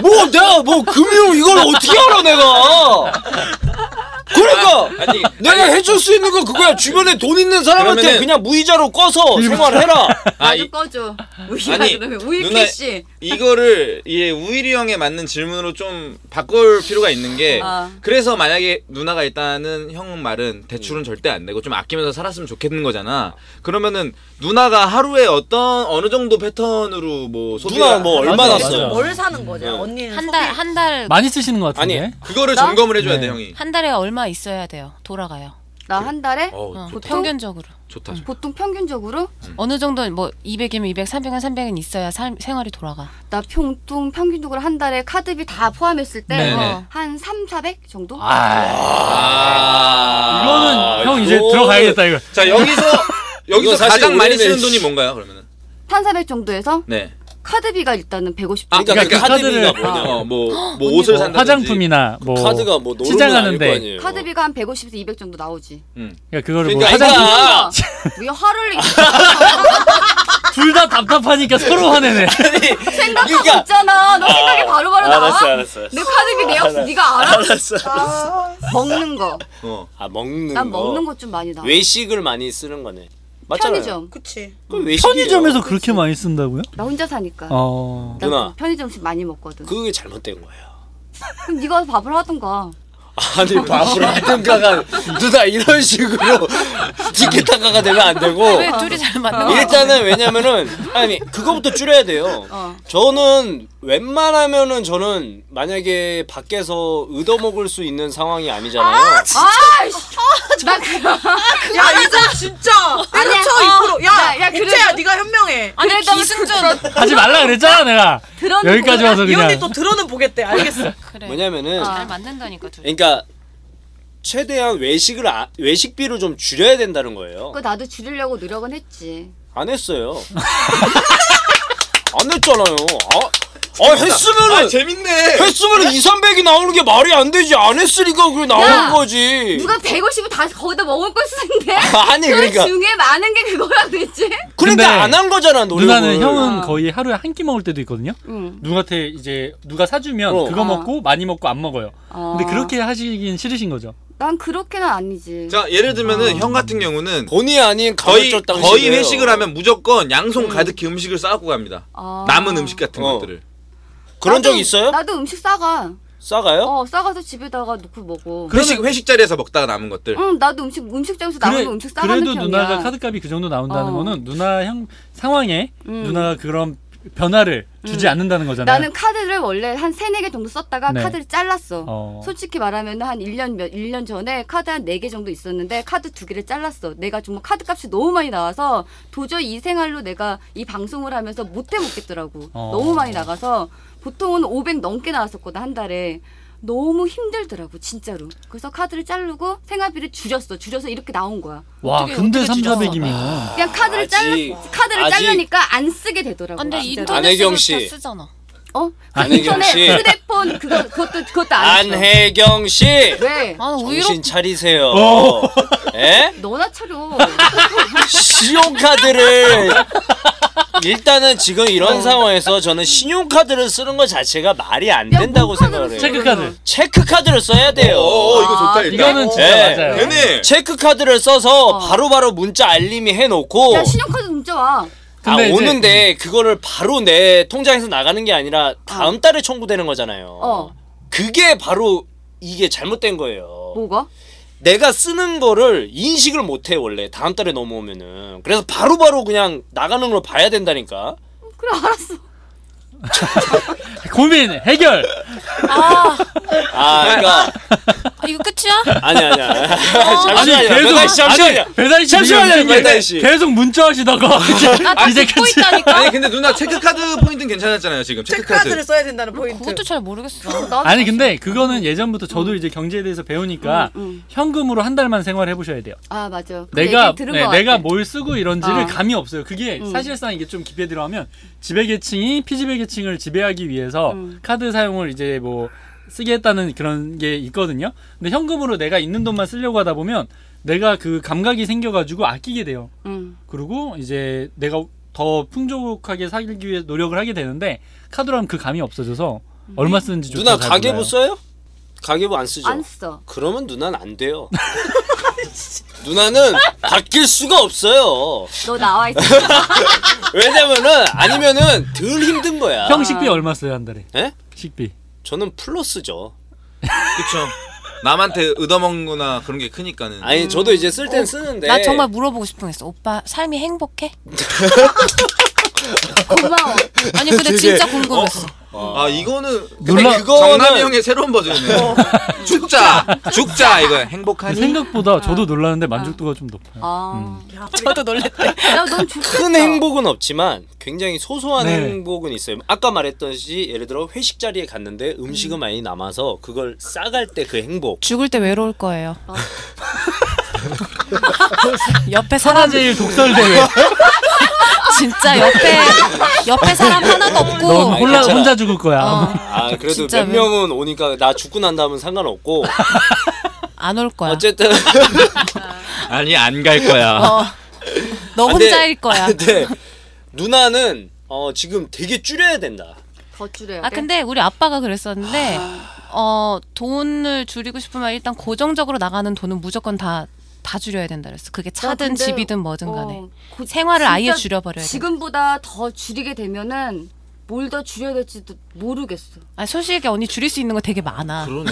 [SPEAKER 1] 뭐 내가 뭐 금융 이걸 어떻게 알아 내가? 그러니까
[SPEAKER 2] 아니,
[SPEAKER 1] 내가 해줄 수 있는 건 그거야. 주변에 돈 있는 사람한테
[SPEAKER 2] 그러면은-
[SPEAKER 1] 그냥 무이자로 꺼서 생활해라.
[SPEAKER 2] 아,
[SPEAKER 6] 나도
[SPEAKER 2] 이,
[SPEAKER 6] 꺼줘. 우이야
[SPEAKER 2] 아니,
[SPEAKER 6] 그러면 우이
[SPEAKER 2] 누나-
[SPEAKER 6] 캐시.
[SPEAKER 2] 이거를 예, 우일이 형에 맞는 질문으로 좀 바꿀 필요가 있는 게
[SPEAKER 6] 아.
[SPEAKER 2] 그래서 만약에 누나가 일단은 형 말은 대출은 절대 안 내고 좀 아끼면서 살았으면 좋겠는 거잖아. 그러면은 누나가 하루에 어떤 어느 정도 패턴으로 뭐 소비를
[SPEAKER 1] 누나 뭐 얼마나
[SPEAKER 3] 맞아, 맞아.
[SPEAKER 1] 써요?
[SPEAKER 4] 뭘 사는 거냐?
[SPEAKER 1] 음.
[SPEAKER 4] 언니는
[SPEAKER 5] 한 달,
[SPEAKER 4] 소비-
[SPEAKER 5] 한 달,
[SPEAKER 3] 많이 쓰시는 것 같은데.
[SPEAKER 1] 아니,
[SPEAKER 2] 그거를
[SPEAKER 6] 나?
[SPEAKER 2] 점검을 해줘야
[SPEAKER 3] 네.
[SPEAKER 2] 돼 형이.
[SPEAKER 5] 한 달에 얼마 있어야 돼요. 돌아가요.
[SPEAKER 1] 네.
[SPEAKER 6] 나 한 달에
[SPEAKER 2] 어,
[SPEAKER 5] 어,
[SPEAKER 2] 좋다.
[SPEAKER 5] 평균적으로.
[SPEAKER 2] 좋다. 좋다.
[SPEAKER 6] 보통 평균적으로
[SPEAKER 5] 어느 정도 뭐 200이면 200, 300은 300은 있어야 살, 생활이 돌아가.
[SPEAKER 6] 나 평통 평균적으로 한 달에 카드비 다 포함했을
[SPEAKER 3] 네네.
[SPEAKER 6] 때 어, 한 3, 400 정도?
[SPEAKER 3] 아,
[SPEAKER 2] 아.
[SPEAKER 3] 이거는 형 이제
[SPEAKER 1] 이거는-
[SPEAKER 3] 들어가야겠다 이거.
[SPEAKER 2] 자 여기서
[SPEAKER 1] 이거
[SPEAKER 2] 여기서
[SPEAKER 1] 사실
[SPEAKER 2] 가장 많이
[SPEAKER 1] 우리는
[SPEAKER 2] 쓰는 돈이 뭔가요 그러면은?
[SPEAKER 6] 한 400 정도에서
[SPEAKER 2] 네.
[SPEAKER 6] 카드비가 일단은 150.
[SPEAKER 1] 그러니까,
[SPEAKER 3] 그러니까
[SPEAKER 1] 그 카드비가
[SPEAKER 3] 카드를-
[SPEAKER 1] 뭐냐?
[SPEAKER 2] 어 뭐 뭐 옷을
[SPEAKER 3] 뭐
[SPEAKER 2] 산다.
[SPEAKER 3] 화장품이나 뭐
[SPEAKER 1] 카드가 뭐 노는 건 아닐
[SPEAKER 3] 시장하는데.
[SPEAKER 1] 거 아니에요.
[SPEAKER 6] 카드비가 한 150에서 200 정도 나오지.
[SPEAKER 3] 그러니까 그거를
[SPEAKER 1] 그러니까
[SPEAKER 3] 뭐 화장품
[SPEAKER 1] 아니야.
[SPEAKER 6] 왜 화를 내기
[SPEAKER 3] 둘 다 답답하니까 서로 화내네.
[SPEAKER 6] 생각하고
[SPEAKER 1] 그러니까-
[SPEAKER 6] 있잖아. 너 생각이 바로바로 나와.
[SPEAKER 1] 알았어, 알았어, 알았어.
[SPEAKER 6] 내 카드비 내역수 네가 알아? 아,
[SPEAKER 1] 알았어.
[SPEAKER 6] 먹는 거.
[SPEAKER 2] 어.
[SPEAKER 1] 아 먹는
[SPEAKER 6] 난
[SPEAKER 1] 거.
[SPEAKER 6] 먹는 것 좀 많이 나.
[SPEAKER 1] 외식을 많이 쓰는 거네. 맞잖아요.
[SPEAKER 6] 어. 편의점. 음.
[SPEAKER 4] 그치.
[SPEAKER 1] 그럼 외식이에요.
[SPEAKER 3] 편의점에서 그렇게 많이 쓴다고요?
[SPEAKER 6] 나 혼자 사니까.
[SPEAKER 3] 어.
[SPEAKER 6] 난
[SPEAKER 1] 누나.
[SPEAKER 6] 편의점 음식 많이 먹거든.
[SPEAKER 1] 그게 잘못된 거예요.
[SPEAKER 6] 그럼 네가 와서 밥을 하던가.
[SPEAKER 1] 아니 밥을 하든가가 누나 이런 식으로 티켓타카가 되면 안
[SPEAKER 6] 아,
[SPEAKER 1] 되고 아.
[SPEAKER 5] 왜 둘이 잘 맞는 거야?
[SPEAKER 1] 일단은 왜냐면은 아니 그거부터 줄여야 돼요.
[SPEAKER 6] 어.
[SPEAKER 1] 저는 웬만하면은 저는 만약에 밖에서 얻어 먹을 수 있는 상황이 아니잖아요.
[SPEAKER 6] 나 그거
[SPEAKER 4] 야 이거 진짜 때려쳐 입으로
[SPEAKER 6] 어. 야, 야,
[SPEAKER 4] 야
[SPEAKER 6] 그래도-
[SPEAKER 4] 유채야 네가 현명해
[SPEAKER 5] 아니 기승전
[SPEAKER 3] 하지 말라 그랬잖아 내가.
[SPEAKER 6] 들어는
[SPEAKER 3] 여기까지 와서
[SPEAKER 4] 이
[SPEAKER 3] 그냥.
[SPEAKER 4] 언니 또 들어는 보겠대 알겠어
[SPEAKER 5] 그래
[SPEAKER 1] 뭐냐면은
[SPEAKER 6] 아.
[SPEAKER 5] 잘 맞는다니까 둘이
[SPEAKER 1] 그러니까 최대한 외식을 아- 외식비를 좀 줄여야 된다는 거예요.
[SPEAKER 6] 그거 나도 줄이려고 노력은 했지.
[SPEAKER 1] 안 했어요. 안 했잖아요. 아, 아
[SPEAKER 2] 아
[SPEAKER 1] 했으면은
[SPEAKER 2] 재밌네.
[SPEAKER 1] 했으면은 2, 300이 나오는 게 말이 안 되지. 안 했으니까 그게 나오는
[SPEAKER 6] 야!
[SPEAKER 1] 거지.
[SPEAKER 6] 누가 150을 다 거기다 먹을 걸 쓰는데?
[SPEAKER 1] 예. 아니, 그러니까.
[SPEAKER 6] 그 중에 많은 게 그거라고 했지?
[SPEAKER 3] 근데
[SPEAKER 1] 그러니까 안 한 거잖아, 노력을.
[SPEAKER 3] 누나는 형은
[SPEAKER 6] 어.
[SPEAKER 3] 거의 하루에 한 끼 먹을 때도 있거든요.
[SPEAKER 6] 응.
[SPEAKER 3] 누나한테 이제 누가 사주면
[SPEAKER 1] 어.
[SPEAKER 3] 그거
[SPEAKER 6] 어.
[SPEAKER 3] 먹고 많이 먹고 안 먹어요. 근데
[SPEAKER 6] 어.
[SPEAKER 3] 그렇게 하시긴 싫으신 거죠.
[SPEAKER 6] 난 그렇게는 아니지.
[SPEAKER 2] 자 예를 들면은 형 같은 경우는
[SPEAKER 1] 본의 아닌
[SPEAKER 2] 거의
[SPEAKER 1] 간헐적 당식이에요.
[SPEAKER 2] 거의 회식을 하면 무조건 양손 가득히 음식을 싸갖고 갑니다.
[SPEAKER 6] 아.
[SPEAKER 2] 남은 음식 같은
[SPEAKER 1] 어.
[SPEAKER 2] 것들을.
[SPEAKER 1] 그런
[SPEAKER 6] 나도-
[SPEAKER 1] 적 있어요?
[SPEAKER 6] 나도 음식 싸가.
[SPEAKER 1] 싸가요?
[SPEAKER 6] 어, 싸가서 집에다가 놓고 먹어.
[SPEAKER 2] 회식 회식 자리에서 먹다가 남은 것들.
[SPEAKER 6] 응, 나도 음식 음식점에서 남은 거 음식 싸가는
[SPEAKER 3] 그래도
[SPEAKER 6] 편이야.
[SPEAKER 3] 누나가 카드값이 그 정도 나온다는
[SPEAKER 6] 어.
[SPEAKER 3] 거는 누나 형 상황에
[SPEAKER 6] 음.
[SPEAKER 3] 누나가 그런 변화를 주지 않는다는 거잖아요.
[SPEAKER 6] 나는 카드를 원래 한 세네 개 정도 썼다가
[SPEAKER 3] 네.
[SPEAKER 6] 카드를 잘랐어.
[SPEAKER 3] 어.
[SPEAKER 6] 솔직히 말하면 한 1년 몇 1년 전에 카드 한 네 개 정도 있었는데 카드 두 개를 잘랐어. 내가 정말 카드 값이 너무 많이 나와서 도저히 이 생활로 내가 이 방송을 하면서 못 해 먹겠더라고.
[SPEAKER 3] 어.
[SPEAKER 6] 너무 많이 나가서 보통은 500 넘게 나왔었거든 한 달에. 너무 힘들더라고 진짜로. 그래서 카드를 자르고 생활비를 줄였어. 줄여서 이렇게 나온 거야.
[SPEAKER 3] 와
[SPEAKER 5] 어떻게-
[SPEAKER 3] 근데
[SPEAKER 5] 어떻게 줄였어?
[SPEAKER 3] 3,400이면
[SPEAKER 6] 그냥 카드를
[SPEAKER 1] 아직-
[SPEAKER 6] 잘랐어. 카드를
[SPEAKER 1] 아직-
[SPEAKER 6] 잘르니까 안 쓰게 되더라고.
[SPEAKER 5] 아, 근데
[SPEAKER 6] 진짜로.
[SPEAKER 1] 인터넷- 아, 안혜경
[SPEAKER 5] 인터넷으로
[SPEAKER 1] 씨.
[SPEAKER 5] 다 쓰잖아
[SPEAKER 6] 어?
[SPEAKER 1] 안혜경
[SPEAKER 6] 인터넷
[SPEAKER 1] 씨.
[SPEAKER 6] 휴대폰 그거 그것도 그것도 안 했어.
[SPEAKER 1] 안혜경 씨.
[SPEAKER 6] 왜?
[SPEAKER 5] 아 오히려
[SPEAKER 1] 정신 차리세요. 예? 에?
[SPEAKER 6] 너나 차려.
[SPEAKER 1] 신용카드를 일단은 지금 이런 상황에서 저는 신용카드를 쓰는 것 자체가 말이 안
[SPEAKER 6] 야,
[SPEAKER 1] 된다고
[SPEAKER 6] 뭔
[SPEAKER 1] 생각을
[SPEAKER 6] 카드를 쓰-
[SPEAKER 1] 해요.
[SPEAKER 3] 체크카드.
[SPEAKER 1] 체크카드를 써야 돼요.
[SPEAKER 2] 어, 어, 이거
[SPEAKER 6] 아,
[SPEAKER 2] 좋다 일단.
[SPEAKER 3] 이거는 진짜
[SPEAKER 1] 예.
[SPEAKER 3] 맞아요.
[SPEAKER 2] 되네.
[SPEAKER 1] 체크카드를 써서
[SPEAKER 6] 어.
[SPEAKER 1] 바로바로 문자 알림이 해놓고
[SPEAKER 6] 야 신용카드 문자 와.
[SPEAKER 1] 아,
[SPEAKER 3] 근데 이제-
[SPEAKER 1] 오는데 그거를 바로 내 통장에서 나가는 게 아니라 다음 달에 청구되는 거잖아요.
[SPEAKER 6] 어.
[SPEAKER 1] 그게 바로 이게 잘못된 거예요.
[SPEAKER 6] 뭐가?
[SPEAKER 1] 내가 쓰는 거를 인식을 못해 원래 다음 달에 넘어오면은 그래서 바로바로 그냥 나가는 걸 봐야 된다니까.
[SPEAKER 6] 그래 알았어.
[SPEAKER 3] 고민 해결.
[SPEAKER 5] 아
[SPEAKER 1] 아, 그러니까
[SPEAKER 5] 아, 이거 끝이야?
[SPEAKER 1] 아니 아니야. 잠시만요. 배달 씨 잠시만요.
[SPEAKER 3] 아니, 배달이 씨
[SPEAKER 1] 잠시만요,
[SPEAKER 3] 지금 이게
[SPEAKER 1] 배달 씨.
[SPEAKER 3] 계속 문자 하시다가 이제-
[SPEAKER 5] 나다
[SPEAKER 3] 이제
[SPEAKER 5] 듣고
[SPEAKER 3] 끝이야.
[SPEAKER 5] 있다니까
[SPEAKER 2] 아니 근데 누나 체크카드 포인트는 괜찮았잖아요 지금
[SPEAKER 4] 체크카드를
[SPEAKER 2] 체크카드.
[SPEAKER 4] 써야 된다는 포인트
[SPEAKER 5] 그것도 잘 모르겠어
[SPEAKER 6] 나도
[SPEAKER 3] 아니 근데 그거는 예전부터 저도 이제 경제에 대해서 배우니까
[SPEAKER 6] 음, 음.
[SPEAKER 3] 현금으로 한 달만 생활해 보셔야 돼요.
[SPEAKER 6] 아 맞아. 그
[SPEAKER 3] 내가
[SPEAKER 6] 얘기 들은
[SPEAKER 3] 네,
[SPEAKER 6] 거
[SPEAKER 3] 내가
[SPEAKER 6] 같아.
[SPEAKER 3] 뭘 쓰고 이런지를
[SPEAKER 6] 어. 음.
[SPEAKER 3] 감이 없어요. 그게 사실상 이게 좀 깊게 들어가면 지배 계층이 피지배 계층을 지배하기 위해서
[SPEAKER 6] 음.
[SPEAKER 3] 카드 사용을 이제 뭐 쓰게 했다는 그런 게 있거든요. 근데 현금으로 내가 있는 돈만 쓰려고 하다 보면 내가 그 감각이 생겨가지고 아끼게 돼요.
[SPEAKER 6] 음.
[SPEAKER 3] 그리고 이제 내가 더 풍족하게 살기 위해 노력을 하게 되는데 카드로 하면 그 감이 없어져서
[SPEAKER 6] 음.
[SPEAKER 3] 얼마 쓰는지
[SPEAKER 1] 누나
[SPEAKER 3] 조차 잘
[SPEAKER 1] 가계부
[SPEAKER 3] 몰라요.
[SPEAKER 1] 써요? 네. 가계부 안 쓰죠.
[SPEAKER 6] 안 써.
[SPEAKER 1] 그러면 누나는 안 돼요. 누나는 바뀔 수가 없어요.
[SPEAKER 6] 너 나와 있어.
[SPEAKER 1] 왜냐면은 아니면은 덜 힘든 거야.
[SPEAKER 3] 형
[SPEAKER 6] 아.
[SPEAKER 3] 식비 얼마 써요 한 달에?
[SPEAKER 1] 예?
[SPEAKER 3] 식비.
[SPEAKER 1] 저는 플러스죠.
[SPEAKER 2] 그쵸. 남한테 얻어먹거나 그런 게 크니까는.
[SPEAKER 1] 아니 저도 이제 쓸 땐 쓰는데.
[SPEAKER 5] 나 정말 물어보고 싶은 거 있어 오빠 삶이 행복해?
[SPEAKER 6] 고마워.
[SPEAKER 5] 아니 근데
[SPEAKER 1] 되게-
[SPEAKER 5] 진짜 궁금했어
[SPEAKER 2] 아 이거는
[SPEAKER 1] 근데
[SPEAKER 3] 놀라-
[SPEAKER 1] 그거는
[SPEAKER 2] 정남이 형의 새로운 버전이네. 죽자, 죽자 이거
[SPEAKER 3] 근데
[SPEAKER 2] 행복하니.
[SPEAKER 3] 생각보다 저도 놀라는데 만족도가 좀 높아요.
[SPEAKER 6] 아.
[SPEAKER 7] 음.
[SPEAKER 5] 저도 놀랬대
[SPEAKER 6] 야넌 좋겠다.
[SPEAKER 1] 큰 행복은 없지만 굉장히 소소한
[SPEAKER 3] 네.
[SPEAKER 1] 행복은 있어요. 아까 말했듯이 예를 들어 회식 자리에 갔는데 음식은 많이 남아서 그걸 싸갈 때 그 행복.
[SPEAKER 5] 죽을 때 외로울 거예요
[SPEAKER 1] 어.
[SPEAKER 5] 옆에 사람
[SPEAKER 3] 사라제일 독설 대회.
[SPEAKER 5] 어. 진짜 옆에 옆에 사람 하나도 없고
[SPEAKER 3] 넌 혼자
[SPEAKER 1] 괜찮아.
[SPEAKER 3] 혼자 죽을 거야.
[SPEAKER 5] 어,
[SPEAKER 1] 아 그래도
[SPEAKER 5] 진짜
[SPEAKER 1] 몇
[SPEAKER 5] 왜?
[SPEAKER 1] 명은 오니까 나 죽고 난 다음은 상관없고
[SPEAKER 5] 아. 안올 거야
[SPEAKER 1] 어쨌든
[SPEAKER 2] 아니 안 갈 거야.
[SPEAKER 5] 어, 너
[SPEAKER 1] 근데-
[SPEAKER 5] 혼자일 거야
[SPEAKER 1] 근데 누나는 어 지금 되게 줄여야 된다.
[SPEAKER 6] 거출해야 돼.
[SPEAKER 5] 아 근데 우리 아빠가 그랬었는데 어 돈을 줄이고 싶으면 일단 고정적으로 나가는 돈은 무조건 다 다 줄여야 된다 그랬어. 그게 차든
[SPEAKER 6] 근데-
[SPEAKER 5] 집이든 뭐든 간에
[SPEAKER 6] 어, 고-
[SPEAKER 5] 생활을 아예
[SPEAKER 6] 진짜
[SPEAKER 5] 줄여버려야 돼.
[SPEAKER 6] 지금보다 더 줄이게 되면은 뭘 더 줄여야 될지도 모르겠어.
[SPEAKER 5] 아, 솔직히 언니 줄일 수 있는 거 되게 많아.
[SPEAKER 2] 그러네.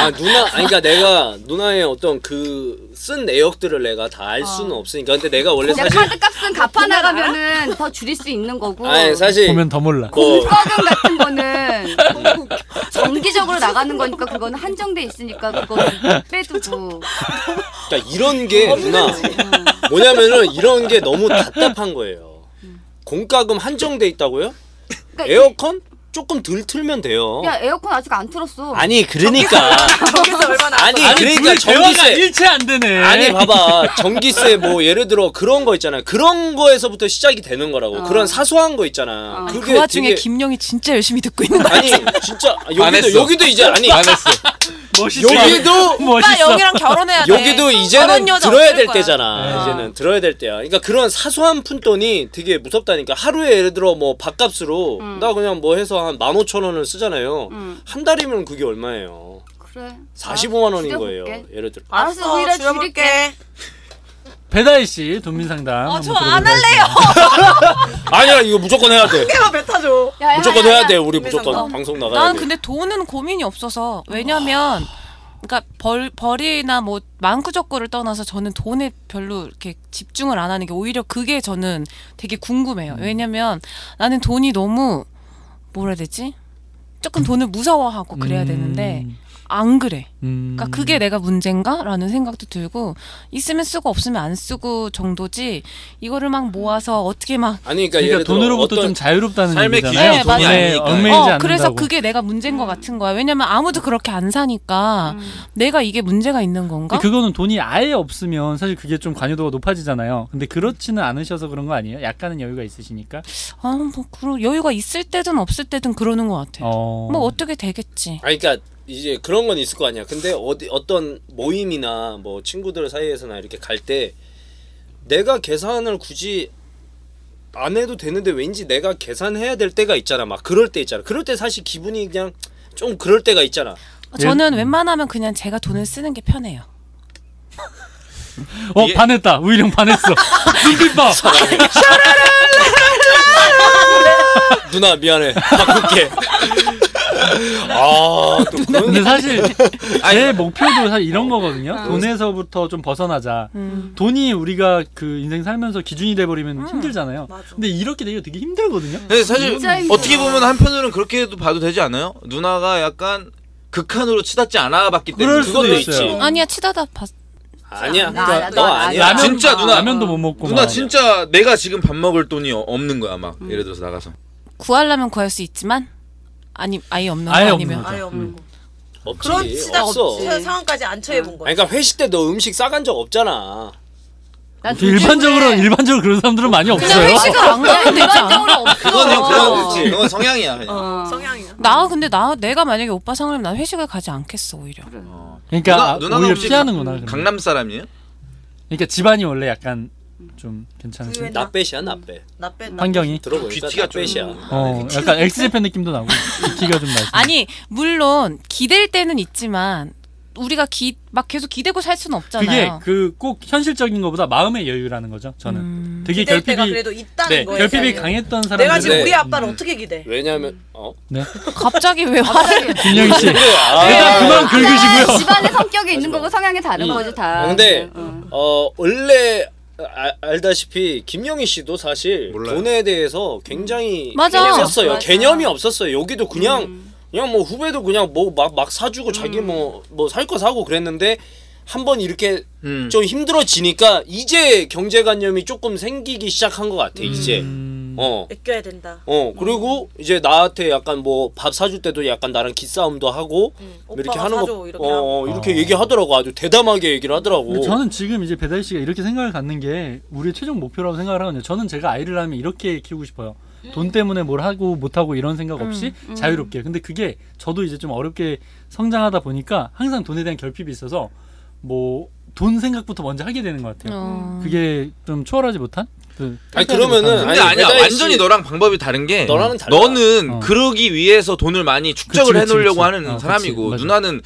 [SPEAKER 1] 아 누나 아니 그러니까 내가 누나의 어떤 그 쓴 내역들을 내가 다 알 수는 없으니까 근데 내가 원래
[SPEAKER 6] 그냥
[SPEAKER 1] 사실
[SPEAKER 6] 카드 값은 갚아 나가면은 더 줄일 수 있는 거고.
[SPEAKER 1] 아니 사실
[SPEAKER 3] 보면 더 몰라.
[SPEAKER 1] 뭐
[SPEAKER 6] 공과금 같은 거는 정기적으로 나가는 거니까 그거는 한정돼 있으니까 그거는 빼두고.
[SPEAKER 1] 그러니까 이런 게 누나 뭐냐면은 이런 게 너무 답답한 거예요. 공과금 한정돼 있다고요?
[SPEAKER 6] 그러니까
[SPEAKER 1] 에어컨 조금 덜 틀면 돼요.
[SPEAKER 6] 야 에어컨 아직 안 틀었어.
[SPEAKER 1] 아니 그러니까
[SPEAKER 4] 거기서 얼마나
[SPEAKER 1] 아니 그러니까
[SPEAKER 3] 둘 대화가
[SPEAKER 1] 전기세
[SPEAKER 3] 일치 안 되네.
[SPEAKER 1] 아니 봐봐 전기세 뭐 예를 들어 그런 거 있잖아요 그런 거에서부터 시작이 되는 거라고
[SPEAKER 6] 어.
[SPEAKER 1] 그런 사소한 거 있잖아
[SPEAKER 6] 어.
[SPEAKER 1] 그게
[SPEAKER 5] 그 와중에
[SPEAKER 1] 되게-
[SPEAKER 5] 김영이 진짜 열심히 듣고 있는 거야.
[SPEAKER 1] 아니 진짜
[SPEAKER 2] 안
[SPEAKER 1] 여기도
[SPEAKER 2] 했어.
[SPEAKER 1] 여기도 이제 아니
[SPEAKER 2] 안 했어.
[SPEAKER 3] 멋있어.
[SPEAKER 1] 여기도
[SPEAKER 5] 오빠
[SPEAKER 3] 멋있어.
[SPEAKER 5] 여기랑 결혼해야 돼.
[SPEAKER 1] 여기도 이제는
[SPEAKER 5] 결혼 네. 여자
[SPEAKER 1] 들어야
[SPEAKER 5] 없을
[SPEAKER 1] 될
[SPEAKER 5] 거야.
[SPEAKER 1] 때잖아. 이제는 들어야 될 때야. 그러니까 그런 사소한 푼돈이 되게 무섭다니까. 하루에 예를 들어 뭐 밥값으로
[SPEAKER 5] 음.
[SPEAKER 1] 나 그냥 뭐 해서 한 15,000원을 쓰잖아요.
[SPEAKER 6] 음.
[SPEAKER 1] 한 달이면 그게 얼마예요?
[SPEAKER 5] 아,
[SPEAKER 6] 그래.
[SPEAKER 1] 45만 원인
[SPEAKER 6] 줄여볼게.
[SPEAKER 1] 거예요. 예를 들어.
[SPEAKER 6] 알았어,
[SPEAKER 4] 알았어
[SPEAKER 6] 오히려
[SPEAKER 4] 줄여볼게
[SPEAKER 3] 배다희 씨 돈민상담.
[SPEAKER 5] 어,
[SPEAKER 3] 한번
[SPEAKER 5] 저 안
[SPEAKER 3] 들어보도록
[SPEAKER 5] 할래요.
[SPEAKER 1] 아니야, 이거 무조건 해야 돼.
[SPEAKER 4] 내가 뱉어줘
[SPEAKER 6] 야, 야,
[SPEAKER 5] 아,
[SPEAKER 1] 무조건
[SPEAKER 6] 야, 야.
[SPEAKER 1] 해야 돼. 우리 무조건
[SPEAKER 4] 상관.
[SPEAKER 1] 방송
[SPEAKER 5] 난그
[SPEAKER 1] 나가야 돼.
[SPEAKER 5] 근데 돈은 고민이 없어서 왜냐면 그러니까 벌 벌이나 뭐 만구적구를 떠나서 저는 돈에 별로 이렇게 집중을 안 하는 게 오히려 그게 저는 되게 궁금해요. 왜냐면 나는 돈이 너무 뭐라 해야 되지? 조금 돈을 무서워하고 그래야
[SPEAKER 3] 음.
[SPEAKER 5] 되는데 안 그래.
[SPEAKER 3] 음.
[SPEAKER 5] 그러니까 그게 내가 문제인가라는 생각도 들고 있으면 쓰고 없으면 안 쓰고 정도지 이거를 막 모아서 어떻게 막
[SPEAKER 1] 아니 그러니까,
[SPEAKER 3] 그러니까
[SPEAKER 1] 예를 들어
[SPEAKER 3] 돈으로부터
[SPEAKER 1] 어떤
[SPEAKER 3] 좀 자유롭다는
[SPEAKER 2] 삶의
[SPEAKER 3] 얘기잖아요.
[SPEAKER 5] 기준이 돈이
[SPEAKER 3] 돈에
[SPEAKER 2] 아니니까.
[SPEAKER 3] 얽매이지
[SPEAKER 5] 네, 어,
[SPEAKER 3] 않는다고.
[SPEAKER 5] 그래서 그게 내가 문제인 것 같은 거야. 왜냐면 아무도 그렇게 안 사니까 내가 이게 문제가 있는 건가?
[SPEAKER 3] 근데 그거는 돈이 아예 없으면 사실 그게 좀 관여도가 높아지잖아요. 근데 그렇지는 않으셔서 그런 거 아니에요? 약간은 여유가 있으시니까.
[SPEAKER 5] 아, 뭐 그런 여유가 있을 때든 없을 때든 그러는 것 같아.
[SPEAKER 3] 어.
[SPEAKER 5] 뭐 어떻게 되겠지.
[SPEAKER 1] 아니 그러니까 이제 그런 건 있을 거 아니야. 근데 어디 어떤 모임이나 뭐 친구들 사이에서나 이렇게 갈 때 내가 계산을 굳이 안 해도 되는데 왠지 내가 계산해야 될 때가 있잖아. 막 그럴 때 있잖아. 그럴 때 사실 기분이 그냥 좀 그럴 때가 있잖아.
[SPEAKER 3] 예.
[SPEAKER 5] 저는 웬만하면 그냥 제가 돈을 쓰는 게 편해요.
[SPEAKER 3] 어
[SPEAKER 2] 이게-
[SPEAKER 3] 반했다. 우일형 반했어. 눈빛 봐.
[SPEAKER 1] 누나 미안해. 바꿀게. 아또 그런
[SPEAKER 3] 근데 사실 제 목표도 사실 이런 거거든요.
[SPEAKER 2] 아.
[SPEAKER 3] 돈에서부터 좀 벗어나자.
[SPEAKER 5] 음.
[SPEAKER 3] 돈이 우리가 그 인생 살면서 기준이 돼버리면 힘들잖아요.
[SPEAKER 4] 맞아.
[SPEAKER 3] 근데 이렇게 되기가 되게 힘들거든요.
[SPEAKER 2] 근데 사실
[SPEAKER 6] 진짜 힘들어.
[SPEAKER 2] 어떻게 보면 한편으로는 그렇게도 봐도 되지 않아요? 누나가 약간 극한으로 치닫지 않아봤기 때문에
[SPEAKER 3] 그럴 수도
[SPEAKER 2] 그것도 있지.
[SPEAKER 3] 있어요.
[SPEAKER 5] 아니야 치다다 봤.
[SPEAKER 1] 아니야.
[SPEAKER 6] 나, 나, 나,
[SPEAKER 1] 너
[SPEAKER 6] 나,
[SPEAKER 1] 아니야.
[SPEAKER 6] 나.
[SPEAKER 2] 진짜 누나.
[SPEAKER 3] 라면도 못 먹고.
[SPEAKER 2] 누나
[SPEAKER 3] 막.
[SPEAKER 2] 진짜 내가 지금 밥 먹을 돈이 어- 없는 거야 막
[SPEAKER 6] 음.
[SPEAKER 2] 예를 들어서 나가서
[SPEAKER 5] 구하려면 구할 수 있지만 아니 아예 없는
[SPEAKER 3] 아예
[SPEAKER 5] 거
[SPEAKER 3] 없는
[SPEAKER 5] 아니면
[SPEAKER 3] 거죠.
[SPEAKER 4] 아예 없는 거 그런
[SPEAKER 1] 없지.
[SPEAKER 4] 치다
[SPEAKER 1] 없어.
[SPEAKER 4] 없지 상황까지 안 처해본 거야
[SPEAKER 1] 아니, 그러니까 회식 때 너 음식 싸간 적 없잖아.
[SPEAKER 6] 난
[SPEAKER 3] 이렇게 일반적으로 일반적으로 그런 사람들은 많이
[SPEAKER 5] 그냥
[SPEAKER 3] 없어요.
[SPEAKER 5] 회식을 안 가야 되잖아.
[SPEAKER 6] 일반적으로 없어.
[SPEAKER 2] 그건 그냥 그건 그렇지 그건 성향이야 그냥
[SPEAKER 6] 어.
[SPEAKER 4] 성향이야
[SPEAKER 5] 나 근데 나 내가 만약에 오빠 상황이면 난 회식을 가지 않겠어 오히려.
[SPEAKER 3] 그러니까
[SPEAKER 2] 누나- 누나가
[SPEAKER 3] 오히려
[SPEAKER 2] 혹시
[SPEAKER 3] 피하는구나. 그러면.
[SPEAKER 2] 강남 사람이에요?
[SPEAKER 3] 그러니까 집안이 원래 약간 좀 괜찮으신.
[SPEAKER 5] 그
[SPEAKER 4] 의외-
[SPEAKER 1] 나빼이야나빼
[SPEAKER 4] 나 빼. 나
[SPEAKER 3] 환경이.
[SPEAKER 1] 들어보니까
[SPEAKER 2] 귀티가
[SPEAKER 1] 나
[SPEAKER 2] 좀-
[SPEAKER 1] 빼이야
[SPEAKER 5] 그
[SPEAKER 3] 어, 약간 엑스제팬 느낌도 나고 기가 좀 나지.
[SPEAKER 5] 아니 물론 기댈 때는 있지만 우리가 기 막 계속 기대고 살 수는
[SPEAKER 3] 그게
[SPEAKER 5] 없잖아요.
[SPEAKER 3] 그 꼭 현실적인 것보다 마음의 여유라는 거죠. 저는
[SPEAKER 5] 음.
[SPEAKER 3] 되게
[SPEAKER 4] 기댈 때가
[SPEAKER 3] 결핍이
[SPEAKER 4] 그래도 있다는
[SPEAKER 3] 네,
[SPEAKER 4] 거예요.
[SPEAKER 3] 결핍이 강했던 사람.
[SPEAKER 4] 내가 지금
[SPEAKER 1] 네.
[SPEAKER 4] 우리 아빠를 어떻게 기대?
[SPEAKER 1] 왜냐면 어.
[SPEAKER 3] 네.
[SPEAKER 5] 갑자기 왜 화를?
[SPEAKER 3] 김영희 씨.
[SPEAKER 4] 아,
[SPEAKER 1] 아, 네.
[SPEAKER 3] 일단 그만 긁으시고요.
[SPEAKER 6] 집안의 성격이 있는 거고 성향이 다른 거지 다.
[SPEAKER 1] 아, 근데
[SPEAKER 6] 어.
[SPEAKER 1] 어 원래 아, 알다시피 김영희 씨도 사실
[SPEAKER 2] 몰라요.
[SPEAKER 1] 돈에 대해서 굉장히
[SPEAKER 5] 맞아.
[SPEAKER 1] 없었어요.
[SPEAKER 4] 맞아.
[SPEAKER 1] 개념이 없었어요. 여기도 그냥 그냥 뭐 후배도 그냥 뭐 막 막 사주고 자기 뭐 뭐 살 거 사고 그랬는데 한번 이렇게
[SPEAKER 2] 음.
[SPEAKER 1] 좀 힘들어지니까 이제 경제관념이 조금 생기기 시작한 것 같아 이제
[SPEAKER 2] 음.
[SPEAKER 3] 음.
[SPEAKER 1] 어
[SPEAKER 4] 아껴야 된다.
[SPEAKER 1] 어 그리고 이제 나한테 약간 뭐 밥 사줄 때도 약간 나랑 기싸움도 하고
[SPEAKER 4] 응.
[SPEAKER 1] 뭐
[SPEAKER 4] 오빠가 사줘, 이렇게
[SPEAKER 1] 어,
[SPEAKER 4] 하고.
[SPEAKER 1] 어, 이렇게
[SPEAKER 3] 어.
[SPEAKER 1] 얘기하더라고 아주 대담하게 얘기를 하더라고
[SPEAKER 3] 근데 저는 지금 이제 배달 씨가 이렇게 생각을 갖는 게 우리의 최종 목표라고 생각을 하거든요. 저는 제가 아이를 하면 이렇게 키우고 싶어요.
[SPEAKER 4] 음.
[SPEAKER 3] 돈 때문에 뭘 하고 못 하고 이런 생각 없이 자유롭게. 근데 그게 저도 이제 좀 어렵게 성장하다 보니까 항상 돈에 대한 결핍이 있어서 뭐 돈 생각부터 먼저 하게 되는 것 같아요.
[SPEAKER 5] 어.
[SPEAKER 3] 그게 좀 초월하지 못한 그
[SPEAKER 1] 아니 그러면은
[SPEAKER 2] 근데
[SPEAKER 1] 아니,
[SPEAKER 2] 아니, 야
[SPEAKER 1] 배달
[SPEAKER 2] 완전히
[SPEAKER 1] 씨-
[SPEAKER 2] 너랑 방법이 다른 게
[SPEAKER 1] 너랑은 달라.
[SPEAKER 2] 너는
[SPEAKER 3] 어.
[SPEAKER 2] 그러기 위해서 돈을 많이 축적을
[SPEAKER 3] 그치, 그치,
[SPEAKER 2] 해놓으려고
[SPEAKER 3] 그치.
[SPEAKER 2] 하는
[SPEAKER 3] 어, 그치,
[SPEAKER 2] 사람이고
[SPEAKER 3] 맞아.
[SPEAKER 2] 누나는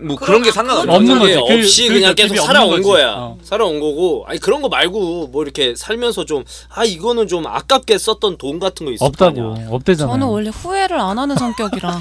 [SPEAKER 2] 뭐 그런 게 상관없는
[SPEAKER 3] 없는
[SPEAKER 2] 거잖아.
[SPEAKER 1] 그게
[SPEAKER 3] 거지. 그-
[SPEAKER 1] 그러니까 없이
[SPEAKER 3] 그
[SPEAKER 1] 그냥
[SPEAKER 3] 느낌이
[SPEAKER 1] 계속
[SPEAKER 3] 없는
[SPEAKER 1] 살아온
[SPEAKER 3] 거지.
[SPEAKER 1] 거야
[SPEAKER 3] 어.
[SPEAKER 1] 살아온 거고 아니 그런 거 말고 뭐 이렇게 살면서 좀 아 이거는 좀 아깝게 썼던 돈 같은 거 있을 거
[SPEAKER 3] 없다고
[SPEAKER 1] 아니야.
[SPEAKER 3] 없대잖아.
[SPEAKER 5] 저는 원래 후회를 안 하는 성격이라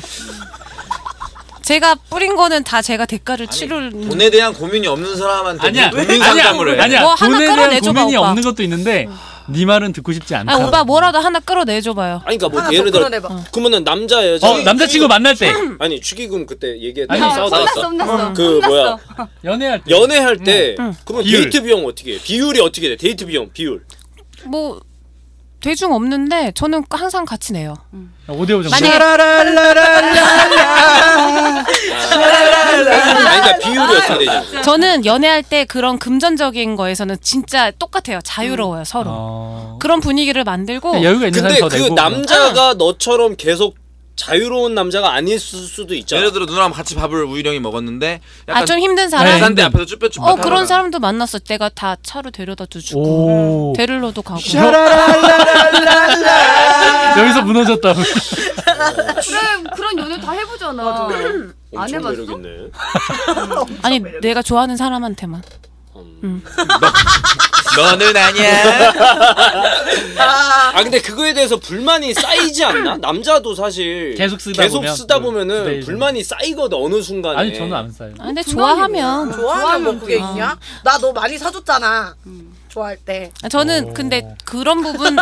[SPEAKER 5] 제가 뿌린 거는 다 제가 대가를 치를
[SPEAKER 3] 뭐,
[SPEAKER 2] 돈에 대한 고민이 없는 사람한테
[SPEAKER 3] 아니야
[SPEAKER 2] 무슨 고민
[SPEAKER 3] 아니야
[SPEAKER 2] 상담을 해.
[SPEAKER 3] 아니야
[SPEAKER 5] 뭐 하나
[SPEAKER 3] 돈에 대한
[SPEAKER 5] 끌어내줘봐,
[SPEAKER 3] 고민이
[SPEAKER 5] 오빠.
[SPEAKER 3] 없는 것도 있는데 네 말은 듣고 싶지 않다.
[SPEAKER 5] 아 오빠 뭐라도 하나 끌어내줘봐요.
[SPEAKER 1] 아니 그러니까
[SPEAKER 7] 하나
[SPEAKER 1] 뭐
[SPEAKER 7] 더
[SPEAKER 1] 예를 들어
[SPEAKER 7] 끌어내봐.
[SPEAKER 1] 그러면은 남자 여자
[SPEAKER 3] 어 남자친구 만날 때
[SPEAKER 1] 아니 축의금 그때 얘기했던
[SPEAKER 3] 아니,
[SPEAKER 1] 거
[SPEAKER 3] 아,
[SPEAKER 1] 싸우다
[SPEAKER 6] 혼났어,
[SPEAKER 1] 왔어.
[SPEAKER 6] 혼났어.
[SPEAKER 1] 그 뭐야
[SPEAKER 3] 연애할 때
[SPEAKER 1] 연애할 때
[SPEAKER 5] 응.
[SPEAKER 1] 그러면
[SPEAKER 3] 비율.
[SPEAKER 1] 데이트 비용 어떻게 해? 비율이 어떻게 돼? 데이트 비용 비율
[SPEAKER 5] 뭐 대중 없는데 저는 항상 같이 내요.
[SPEAKER 3] 5대5 어, 정도.
[SPEAKER 1] 아니 그러니까 비율이 어떻게 되냐
[SPEAKER 5] 저는 연애할 때 그런 금전적인 거에서는 진짜 똑같아요.
[SPEAKER 3] 음.
[SPEAKER 5] 자유로워요 서로.
[SPEAKER 3] 어.
[SPEAKER 5] 그런 분위기를 만들고
[SPEAKER 3] 여유가 있는
[SPEAKER 1] 근데
[SPEAKER 3] 사람 더
[SPEAKER 1] 그
[SPEAKER 3] 되고.
[SPEAKER 1] 남자가 너처럼 계속 자유로운 남자가 아닐 수- 수도 있잖아
[SPEAKER 2] 예를 들어 누나랑 같이 밥을 우유령이 먹었는데 약간
[SPEAKER 5] 아 좀 힘든 사람.
[SPEAKER 3] 네.
[SPEAKER 2] 계산대 앞에서 쭈뼛쭈뼛
[SPEAKER 5] 어
[SPEAKER 2] 하다가
[SPEAKER 5] 그런 사람도 만났어. 내가 다 차로 데려다 주고
[SPEAKER 3] 오
[SPEAKER 5] 데릴러도 가고.
[SPEAKER 3] 여기서 무너졌다고.
[SPEAKER 6] 그래 그런 연애 다 해보잖아. 안
[SPEAKER 1] 엄청
[SPEAKER 6] 해봤어?
[SPEAKER 1] 매력있네
[SPEAKER 5] 아니 내가 좋아하는 사람한테만.
[SPEAKER 2] 너는 아니야.
[SPEAKER 1] 아 근데 그거에 대해서 불만이 쌓이지 않나? 남자도 사실
[SPEAKER 3] 계속 쓰다 보면, 음,
[SPEAKER 1] 은
[SPEAKER 3] 그대로.
[SPEAKER 1] 불만이 쌓이거든 어느 순간에
[SPEAKER 3] 아니 저는 안 싸요.
[SPEAKER 5] 아니, 근데 좋아하면
[SPEAKER 6] 좋아하면
[SPEAKER 7] 좋아하면 뭐 그게
[SPEAKER 6] 돼요.
[SPEAKER 7] 있냐? 나 너 많이 사줬잖아. 좋아할 때.
[SPEAKER 1] 어.
[SPEAKER 5] 저는 근데 그런 부분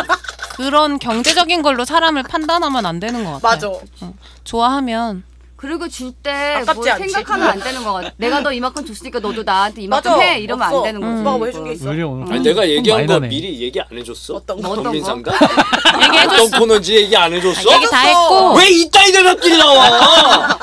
[SPEAKER 5] 그런 경제적인 걸로 사람을 판단하면 안 되는 것 같아요.
[SPEAKER 7] 맞아.
[SPEAKER 5] 좋아하면
[SPEAKER 6] 그리고 줄 때
[SPEAKER 7] 아깝지
[SPEAKER 6] 뭐
[SPEAKER 7] 않지?
[SPEAKER 6] 생각하면 안 되는 거 같아. 내가 너 이만큼 줬으니까 너도 나한테 이만큼
[SPEAKER 7] 맞아.
[SPEAKER 6] 해 이러면
[SPEAKER 7] 없어.
[SPEAKER 6] 안 되는 거지.
[SPEAKER 7] 오빠가 뭐 해준 게 있어?
[SPEAKER 3] 오히려 오늘
[SPEAKER 1] 아니 내가 얘기한
[SPEAKER 3] 많이
[SPEAKER 1] 거
[SPEAKER 3] 나네.
[SPEAKER 1] 미리 얘기 안 해줬어?
[SPEAKER 7] 어떤
[SPEAKER 6] 거? 어떤 거?
[SPEAKER 1] 민상가? 어떤
[SPEAKER 5] 얘기해줬어.
[SPEAKER 1] 코너인지 얘기 안 해줬어?
[SPEAKER 5] 얘기 다 했고
[SPEAKER 1] 왜 이따위 대답들이 나와?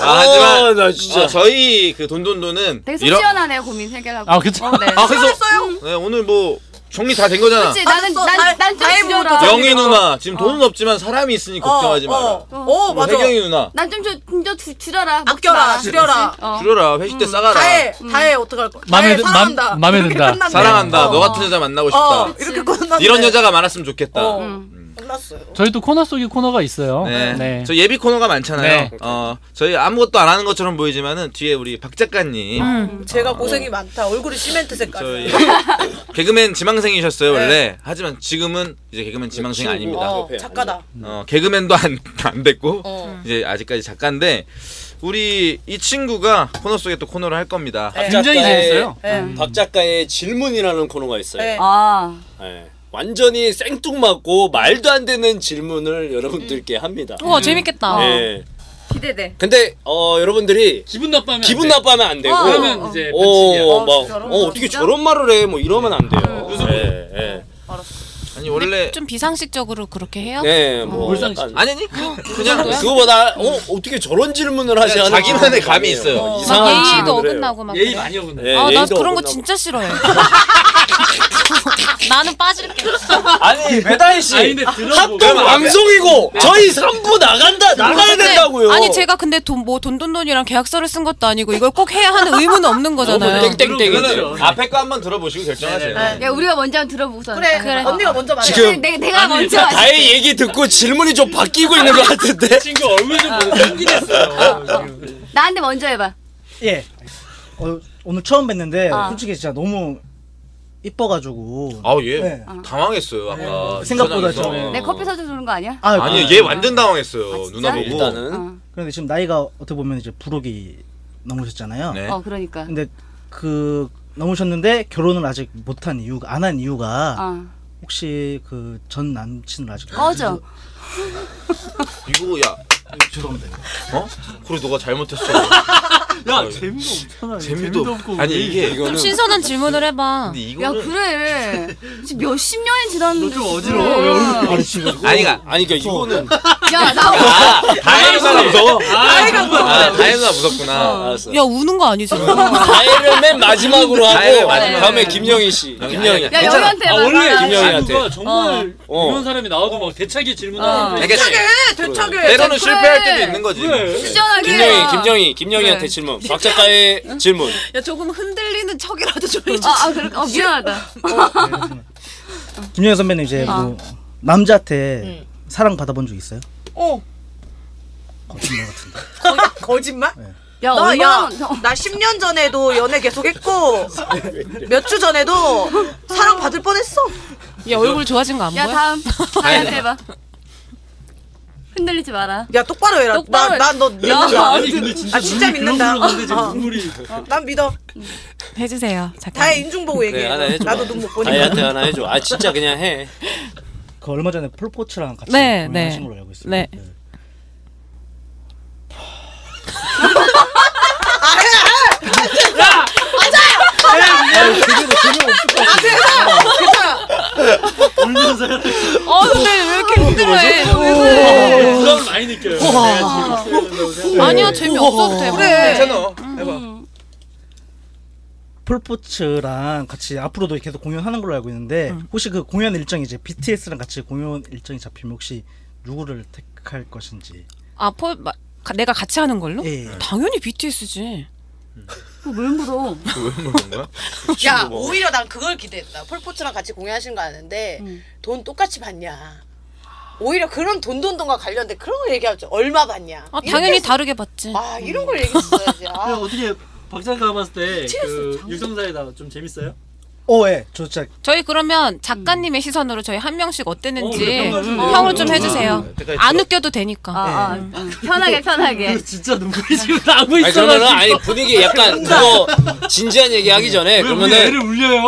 [SPEAKER 2] 아, 하지만
[SPEAKER 1] 아, 나 진짜
[SPEAKER 2] 어, 저희 그 돈돈돈은
[SPEAKER 6] 되게 속
[SPEAKER 2] 이런
[SPEAKER 6] 시원하네요 고민 해결하고.
[SPEAKER 3] 아, 그쵸.
[SPEAKER 6] 어, 네.
[SPEAKER 2] 아 그래서
[SPEAKER 7] 했어요?
[SPEAKER 2] 네, 오늘 뭐 정리 다 된 거잖아.
[SPEAKER 6] 그치 나는
[SPEAKER 7] 알았어. 다- 다
[SPEAKER 6] 난난좀
[SPEAKER 7] 해보고
[SPEAKER 6] 줄여라.
[SPEAKER 7] 또 정-
[SPEAKER 2] 영희 누나 지금 돈은 없지만 사람이 있으니 걱정하지 마라.
[SPEAKER 7] 어, 어 맞아.
[SPEAKER 2] 혜경이 누나
[SPEAKER 6] 난좀좀좀 줄여라. 먹지
[SPEAKER 7] 아껴라,
[SPEAKER 6] 마.
[SPEAKER 7] 줄여라.
[SPEAKER 6] 어.
[SPEAKER 2] 줄여라 회식 때 싸가라.
[SPEAKER 7] 다해, 다해 어떡할 거야?
[SPEAKER 3] 맘에
[SPEAKER 7] 다해,
[SPEAKER 3] 드- 맘-
[SPEAKER 7] 사랑한다.
[SPEAKER 3] 맘에
[SPEAKER 7] 이렇게
[SPEAKER 3] 든다.
[SPEAKER 7] 끝났네.
[SPEAKER 2] 사랑한다.
[SPEAKER 7] 어.
[SPEAKER 2] 너 같은 여자 만나고 싶다.
[SPEAKER 7] 어, 이렇게 끝났네.
[SPEAKER 2] 이런 여자가 많았으면 좋겠다.
[SPEAKER 7] 어.
[SPEAKER 2] 음.
[SPEAKER 7] 끝났어요.
[SPEAKER 3] 저희 또 코너 속에 코너가 있어요.
[SPEAKER 2] 네.
[SPEAKER 3] 네.
[SPEAKER 2] 저 예비 코너가 많잖아요.
[SPEAKER 3] 네.
[SPEAKER 2] 어, 저희 아무것도 안 하는 것처럼 보이지만은 뒤에 우리 박 작가님
[SPEAKER 6] 음.
[SPEAKER 7] 음. 제가 고생이 많다. 얼굴이 시멘트 색깔.
[SPEAKER 2] 아, 어. 저희 개그맨 지망생이셨어요 원래. 하지만 지금은 이제 개그맨 지망생
[SPEAKER 1] 친구.
[SPEAKER 2] 아닙니다.
[SPEAKER 7] 어,
[SPEAKER 1] 옆에
[SPEAKER 7] 작가다.
[SPEAKER 2] 어, 개그맨도 안, 안 됐고
[SPEAKER 7] 어.
[SPEAKER 2] 이제 아직까지 작가인데 우리 이 친구가 코너 속에 또 코너를 할 겁니다.
[SPEAKER 7] 네.
[SPEAKER 3] 굉장히
[SPEAKER 1] 작가의-
[SPEAKER 3] 재밌어요.
[SPEAKER 7] 예.
[SPEAKER 1] 박 작가의 질문이라는 코너가
[SPEAKER 2] 네.
[SPEAKER 1] 있어요
[SPEAKER 7] 예.
[SPEAKER 6] 아
[SPEAKER 1] 예. 완전히 생뚱맞고 말도 안 되는 질문을 여러분들께 합니다
[SPEAKER 5] 우와 재밌겠다.
[SPEAKER 1] 예.
[SPEAKER 6] 기대돼.
[SPEAKER 1] 근데 어, 여러분들이
[SPEAKER 3] 기분 나빠하면
[SPEAKER 1] 기분
[SPEAKER 2] 네.
[SPEAKER 1] 나빠하면 안
[SPEAKER 5] 어.
[SPEAKER 1] 되고
[SPEAKER 3] 그러면 이제
[SPEAKER 1] 오,
[SPEAKER 5] 아,
[SPEAKER 1] 막,
[SPEAKER 6] 저런
[SPEAKER 1] 어,
[SPEAKER 6] 거
[SPEAKER 1] 어떻게
[SPEAKER 6] 진짜?
[SPEAKER 1] 저런 말을 해? 뭐 이러면 안
[SPEAKER 2] 네.
[SPEAKER 1] 돼요. 예, 예.
[SPEAKER 2] 아니 원래
[SPEAKER 5] 좀 비상식적으로 그렇게 해요?
[SPEAKER 1] 네, 뭐. 약간,
[SPEAKER 2] 아니 아니 그, 그냥
[SPEAKER 1] 그거보다, 어, 어떻게 저런 질문을 하지 않아?
[SPEAKER 2] 자기만의 감이 있어요.
[SPEAKER 5] 막
[SPEAKER 1] 이상한
[SPEAKER 5] 예의도
[SPEAKER 1] 질문을 해요.
[SPEAKER 5] 어긋나고 막. 그래.
[SPEAKER 3] 어긋나.
[SPEAKER 1] 예,
[SPEAKER 5] 아, 나
[SPEAKER 1] 예의도
[SPEAKER 5] 그런 거
[SPEAKER 1] 어긋나고.
[SPEAKER 5] 진짜 싫어해. 나는 빠질게.
[SPEAKER 1] 아니, 배다혜 씨.
[SPEAKER 3] 아니, 근데
[SPEAKER 2] 네.
[SPEAKER 3] 들어보면
[SPEAKER 1] 합동 방송이고, 저희 3부 나간다, 나가야
[SPEAKER 5] 근데-
[SPEAKER 1] 된다고요.
[SPEAKER 5] 네. 아니 제가 근데 돈뭐돈돈돈이랑 계약서를 쓴 것도 아니고 이걸 꼭 해야 하는 의무는 없는 거잖아요.
[SPEAKER 2] 땡땡땡 앞에 거 한번 들어보시고 결정하세요.
[SPEAKER 7] 네.
[SPEAKER 6] 야 우리가 먼저 한번 들어보고서.
[SPEAKER 7] 그래,
[SPEAKER 5] 그래.
[SPEAKER 7] 언니가 먼저 말해.
[SPEAKER 1] 지금
[SPEAKER 6] 내가 내가 먼저.
[SPEAKER 1] 다혜 얘기 듣고 질문이 좀 바뀌고 있는 것 같은데?
[SPEAKER 3] 그 친구 얼굴 좀 보세요. 생기됐어요.
[SPEAKER 6] 나한테 먼저 해봐.
[SPEAKER 8] 예. 어, 오늘 처음 뵀는데
[SPEAKER 6] 아.
[SPEAKER 8] 솔직히 진짜 너무 이뻐가지고.
[SPEAKER 2] 아우 얘
[SPEAKER 8] 네.
[SPEAKER 2] 당황했어요 아까
[SPEAKER 8] 생각보다
[SPEAKER 2] 주차장에서.
[SPEAKER 8] 좀-
[SPEAKER 3] 어.
[SPEAKER 6] 내 커피 사줘서 그런 네, 거 아니야?
[SPEAKER 8] 아,
[SPEAKER 2] 아니 얘 완전
[SPEAKER 6] 아,
[SPEAKER 2] 당황했어요
[SPEAKER 6] 진짜?
[SPEAKER 2] 누나 보고
[SPEAKER 1] 네, 일단은.
[SPEAKER 6] 어,
[SPEAKER 8] 그런데 지금 나이가 어떻게 보면 이제 부록이 넘으셨잖아요.
[SPEAKER 2] 네.
[SPEAKER 6] 어 그러니까.
[SPEAKER 7] 음.
[SPEAKER 8] 근데 그 넘으셨는데 결혼을 아직 못한 이유, 가 안 한 이유가
[SPEAKER 6] 어.
[SPEAKER 8] 혹시 그 전 남친을 아직
[SPEAKER 6] 꺼져.
[SPEAKER 2] 이거 야
[SPEAKER 8] 죄송합니다.
[SPEAKER 2] 어? 그래 너가 잘못했어. 어,
[SPEAKER 3] 야 재미도 없잖아.
[SPEAKER 2] 재미도 없고 아니 이게
[SPEAKER 5] 좀
[SPEAKER 1] 이거는.
[SPEAKER 5] 신선한 질문을 해봐.
[SPEAKER 2] 근데
[SPEAKER 1] 네.
[SPEAKER 6] 야
[SPEAKER 2] 이거는
[SPEAKER 6] 그래. 지금 몇십 년이 지났는데.
[SPEAKER 3] 좀 어지러워. 왜 얼굴
[SPEAKER 8] 가르치고.
[SPEAKER 2] 아니가
[SPEAKER 1] 아니, 그러니까 이거는.
[SPEAKER 6] 야나
[SPEAKER 3] 아.
[SPEAKER 2] 다혜가 무서워. 다혜가 무서워. 아, 다혜가 무섭구나.
[SPEAKER 1] 알았어.
[SPEAKER 5] 야 우는 거 아니지?
[SPEAKER 1] 다혜를 맨 마지막으로 하고
[SPEAKER 2] 다혜를 마지막으로.
[SPEAKER 1] 다음에 김영희 씨. 김영희.
[SPEAKER 6] 야 영희한테 아, 해봐.
[SPEAKER 1] 김영희한테.
[SPEAKER 3] 정말
[SPEAKER 1] 어. 이런
[SPEAKER 3] 사람이 나와도 막 대차게
[SPEAKER 6] 어.
[SPEAKER 3] 질문하는데
[SPEAKER 7] 되게 되차게.
[SPEAKER 2] 때로는
[SPEAKER 6] 그래.
[SPEAKER 2] 네, 실패할 때도 있는 거지.
[SPEAKER 6] 시원하게.
[SPEAKER 1] 김영희, 김영희, 김영희한테
[SPEAKER 6] 네.
[SPEAKER 1] 질문. 박 작가의 질문.
[SPEAKER 6] 어,
[SPEAKER 5] 야 조금 흔들리는 척이라도 좀 해줘.
[SPEAKER 6] 아, 아 그래. 어 미안하다.
[SPEAKER 8] 김영애 선배님 이제 뭐 남자한테 사랑 받아본 적 있어요? 어,
[SPEAKER 7] 어
[SPEAKER 8] 거짓말 같은데.
[SPEAKER 7] 거짓말?
[SPEAKER 9] 네.
[SPEAKER 6] 야,
[SPEAKER 7] 나, 야,
[SPEAKER 6] 얼마나 어,
[SPEAKER 7] 나 10년 전에도 연애 계속했고 몇 주 전에도 사랑 받을 뻔했어.
[SPEAKER 5] 야 얼굴 좋아진 거 안
[SPEAKER 6] 야
[SPEAKER 5] 보여?
[SPEAKER 6] 다음 다음 해봐. 흔들리지 마라.
[SPEAKER 7] 야 똑바로 해라.
[SPEAKER 6] 똑바로 해.
[SPEAKER 7] 나나너 믿는다.
[SPEAKER 3] 아니 근데 진짜
[SPEAKER 7] 아, 진짜
[SPEAKER 3] 눈물- 그런
[SPEAKER 7] 믿는다.
[SPEAKER 3] 소리 나는데 지금
[SPEAKER 7] 어.
[SPEAKER 3] 눈물이
[SPEAKER 7] 난 믿어.
[SPEAKER 5] 해주세요. 잠깐.
[SPEAKER 7] 다혜 인중 보고 얘기해.
[SPEAKER 1] 하나 해줘.
[SPEAKER 7] 나도 눈 못 보니까.
[SPEAKER 1] 다이어트 하나 해줘. 아 진짜 그냥 해.
[SPEAKER 8] 그 얼마 전에 폴포츠랑 같이
[SPEAKER 5] 네,
[SPEAKER 8] 공연하신
[SPEAKER 5] 네.
[SPEAKER 8] 걸로 알고 있어요. 그
[SPEAKER 5] 네.
[SPEAKER 3] 울면서 해라.
[SPEAKER 5] 어 근데 왜 이렇게 힘들어해?
[SPEAKER 3] 부담을 많이 느껴요. 내가 지금 있어야 된다고
[SPEAKER 5] 아니야 재미 없어도 돼.
[SPEAKER 2] 괜찮아. 해봐.
[SPEAKER 8] 폴포츠랑 같이 앞으로도 계속 공연하는 걸로 알고 있는데 혹시 그 공연 일정이 이제 BTS랑 같이 공연 일정이 잡히면 혹시 누구를 택할 것인지.
[SPEAKER 5] 아 폴, 마, 가, 내가 같이 하는 걸로?
[SPEAKER 8] 예. 예.
[SPEAKER 5] 당연히 BTS지.
[SPEAKER 6] 그걸 왜 물어?
[SPEAKER 2] 왜 물어본 거야?
[SPEAKER 9] 야 오히려 난 그걸 기대했다. 폴포츠랑 같이 공연하신 거 아는데
[SPEAKER 7] 음.
[SPEAKER 9] 돈 똑같이 받냐. 오히려 그런 돈돈돈과 관련된 그런 거 얘기하죠. 얼마 받냐.
[SPEAKER 5] 아
[SPEAKER 9] 이렇게
[SPEAKER 5] 당연히
[SPEAKER 9] 해서-
[SPEAKER 5] 다르게 봤지.
[SPEAKER 9] 아 이런 걸 얘기했어야지.
[SPEAKER 3] 그냥
[SPEAKER 9] 아,
[SPEAKER 3] 어떻게 박찬가 봤을 때그 육성사이다 좀 재밌어요?
[SPEAKER 8] 어, 예. 저 진짜
[SPEAKER 5] 저희 그러면 작가님의 시선으로 저희 한 명씩
[SPEAKER 3] 어,
[SPEAKER 5] 어땠는지
[SPEAKER 3] 그래, 평가를 해주세요.
[SPEAKER 5] 평을 좀
[SPEAKER 3] 어,
[SPEAKER 5] 해주세요.
[SPEAKER 2] 여태까지
[SPEAKER 5] 안 웃겨도 되니까.
[SPEAKER 6] 아, 아, 응. 편하게 편하게.
[SPEAKER 3] 진짜
[SPEAKER 5] 어.
[SPEAKER 3] 눈물이 지금 나고
[SPEAKER 1] 아니 그러면은
[SPEAKER 3] 있어가지고.
[SPEAKER 1] 아니 분위기 약간 그거 진지한 얘기 하기 전에
[SPEAKER 3] 왜 우리
[SPEAKER 1] 그러면은
[SPEAKER 3] 애를 울려요?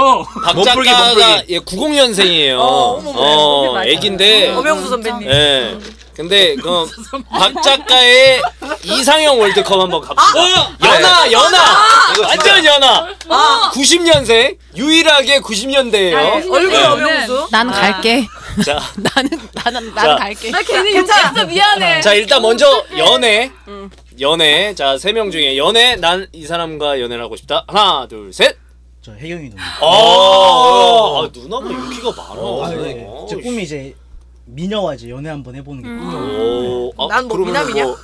[SPEAKER 1] 박
[SPEAKER 2] 못 풀기, 못
[SPEAKER 1] 작가가 예, 90년생이에요.
[SPEAKER 7] 어, 어머, 어머,
[SPEAKER 1] 어, 애긴데
[SPEAKER 7] 어명수 선배님.
[SPEAKER 1] 예. 근데 그박 작가의 이상형 월드컵 한번
[SPEAKER 7] 어,
[SPEAKER 1] 갑시다.
[SPEAKER 7] 아,
[SPEAKER 1] 연하, 연하, 완전 연하. 90년생 유일하게 90년대예요.
[SPEAKER 7] 아, 얼굴
[SPEAKER 1] 네.
[SPEAKER 7] 어명수.
[SPEAKER 5] 난 갈게.
[SPEAKER 1] 자,
[SPEAKER 5] 나는 나는
[SPEAKER 1] 자.
[SPEAKER 5] 나는 갈게.
[SPEAKER 6] 나 괜히 욕했어 미안해.
[SPEAKER 1] 자 일단 먼저
[SPEAKER 7] 네.
[SPEAKER 1] 연애,
[SPEAKER 7] 음.
[SPEAKER 1] 연애. 자 세 명 중에 연애. 난 이 사람과 연애를 하고 싶다. 하나, 둘, 셋.
[SPEAKER 8] 저 혜경이 누나.
[SPEAKER 1] 어, 네. 아, 누나가 인기가 많아. 어,
[SPEAKER 8] 아, 예. 제 꿈이 이제 미녀와 이제 연애 한번 해보는 게 꿈이에요.
[SPEAKER 1] 오, 아,
[SPEAKER 7] 난뭐
[SPEAKER 1] 그러면은
[SPEAKER 7] 미남이냐?
[SPEAKER 1] 뭐-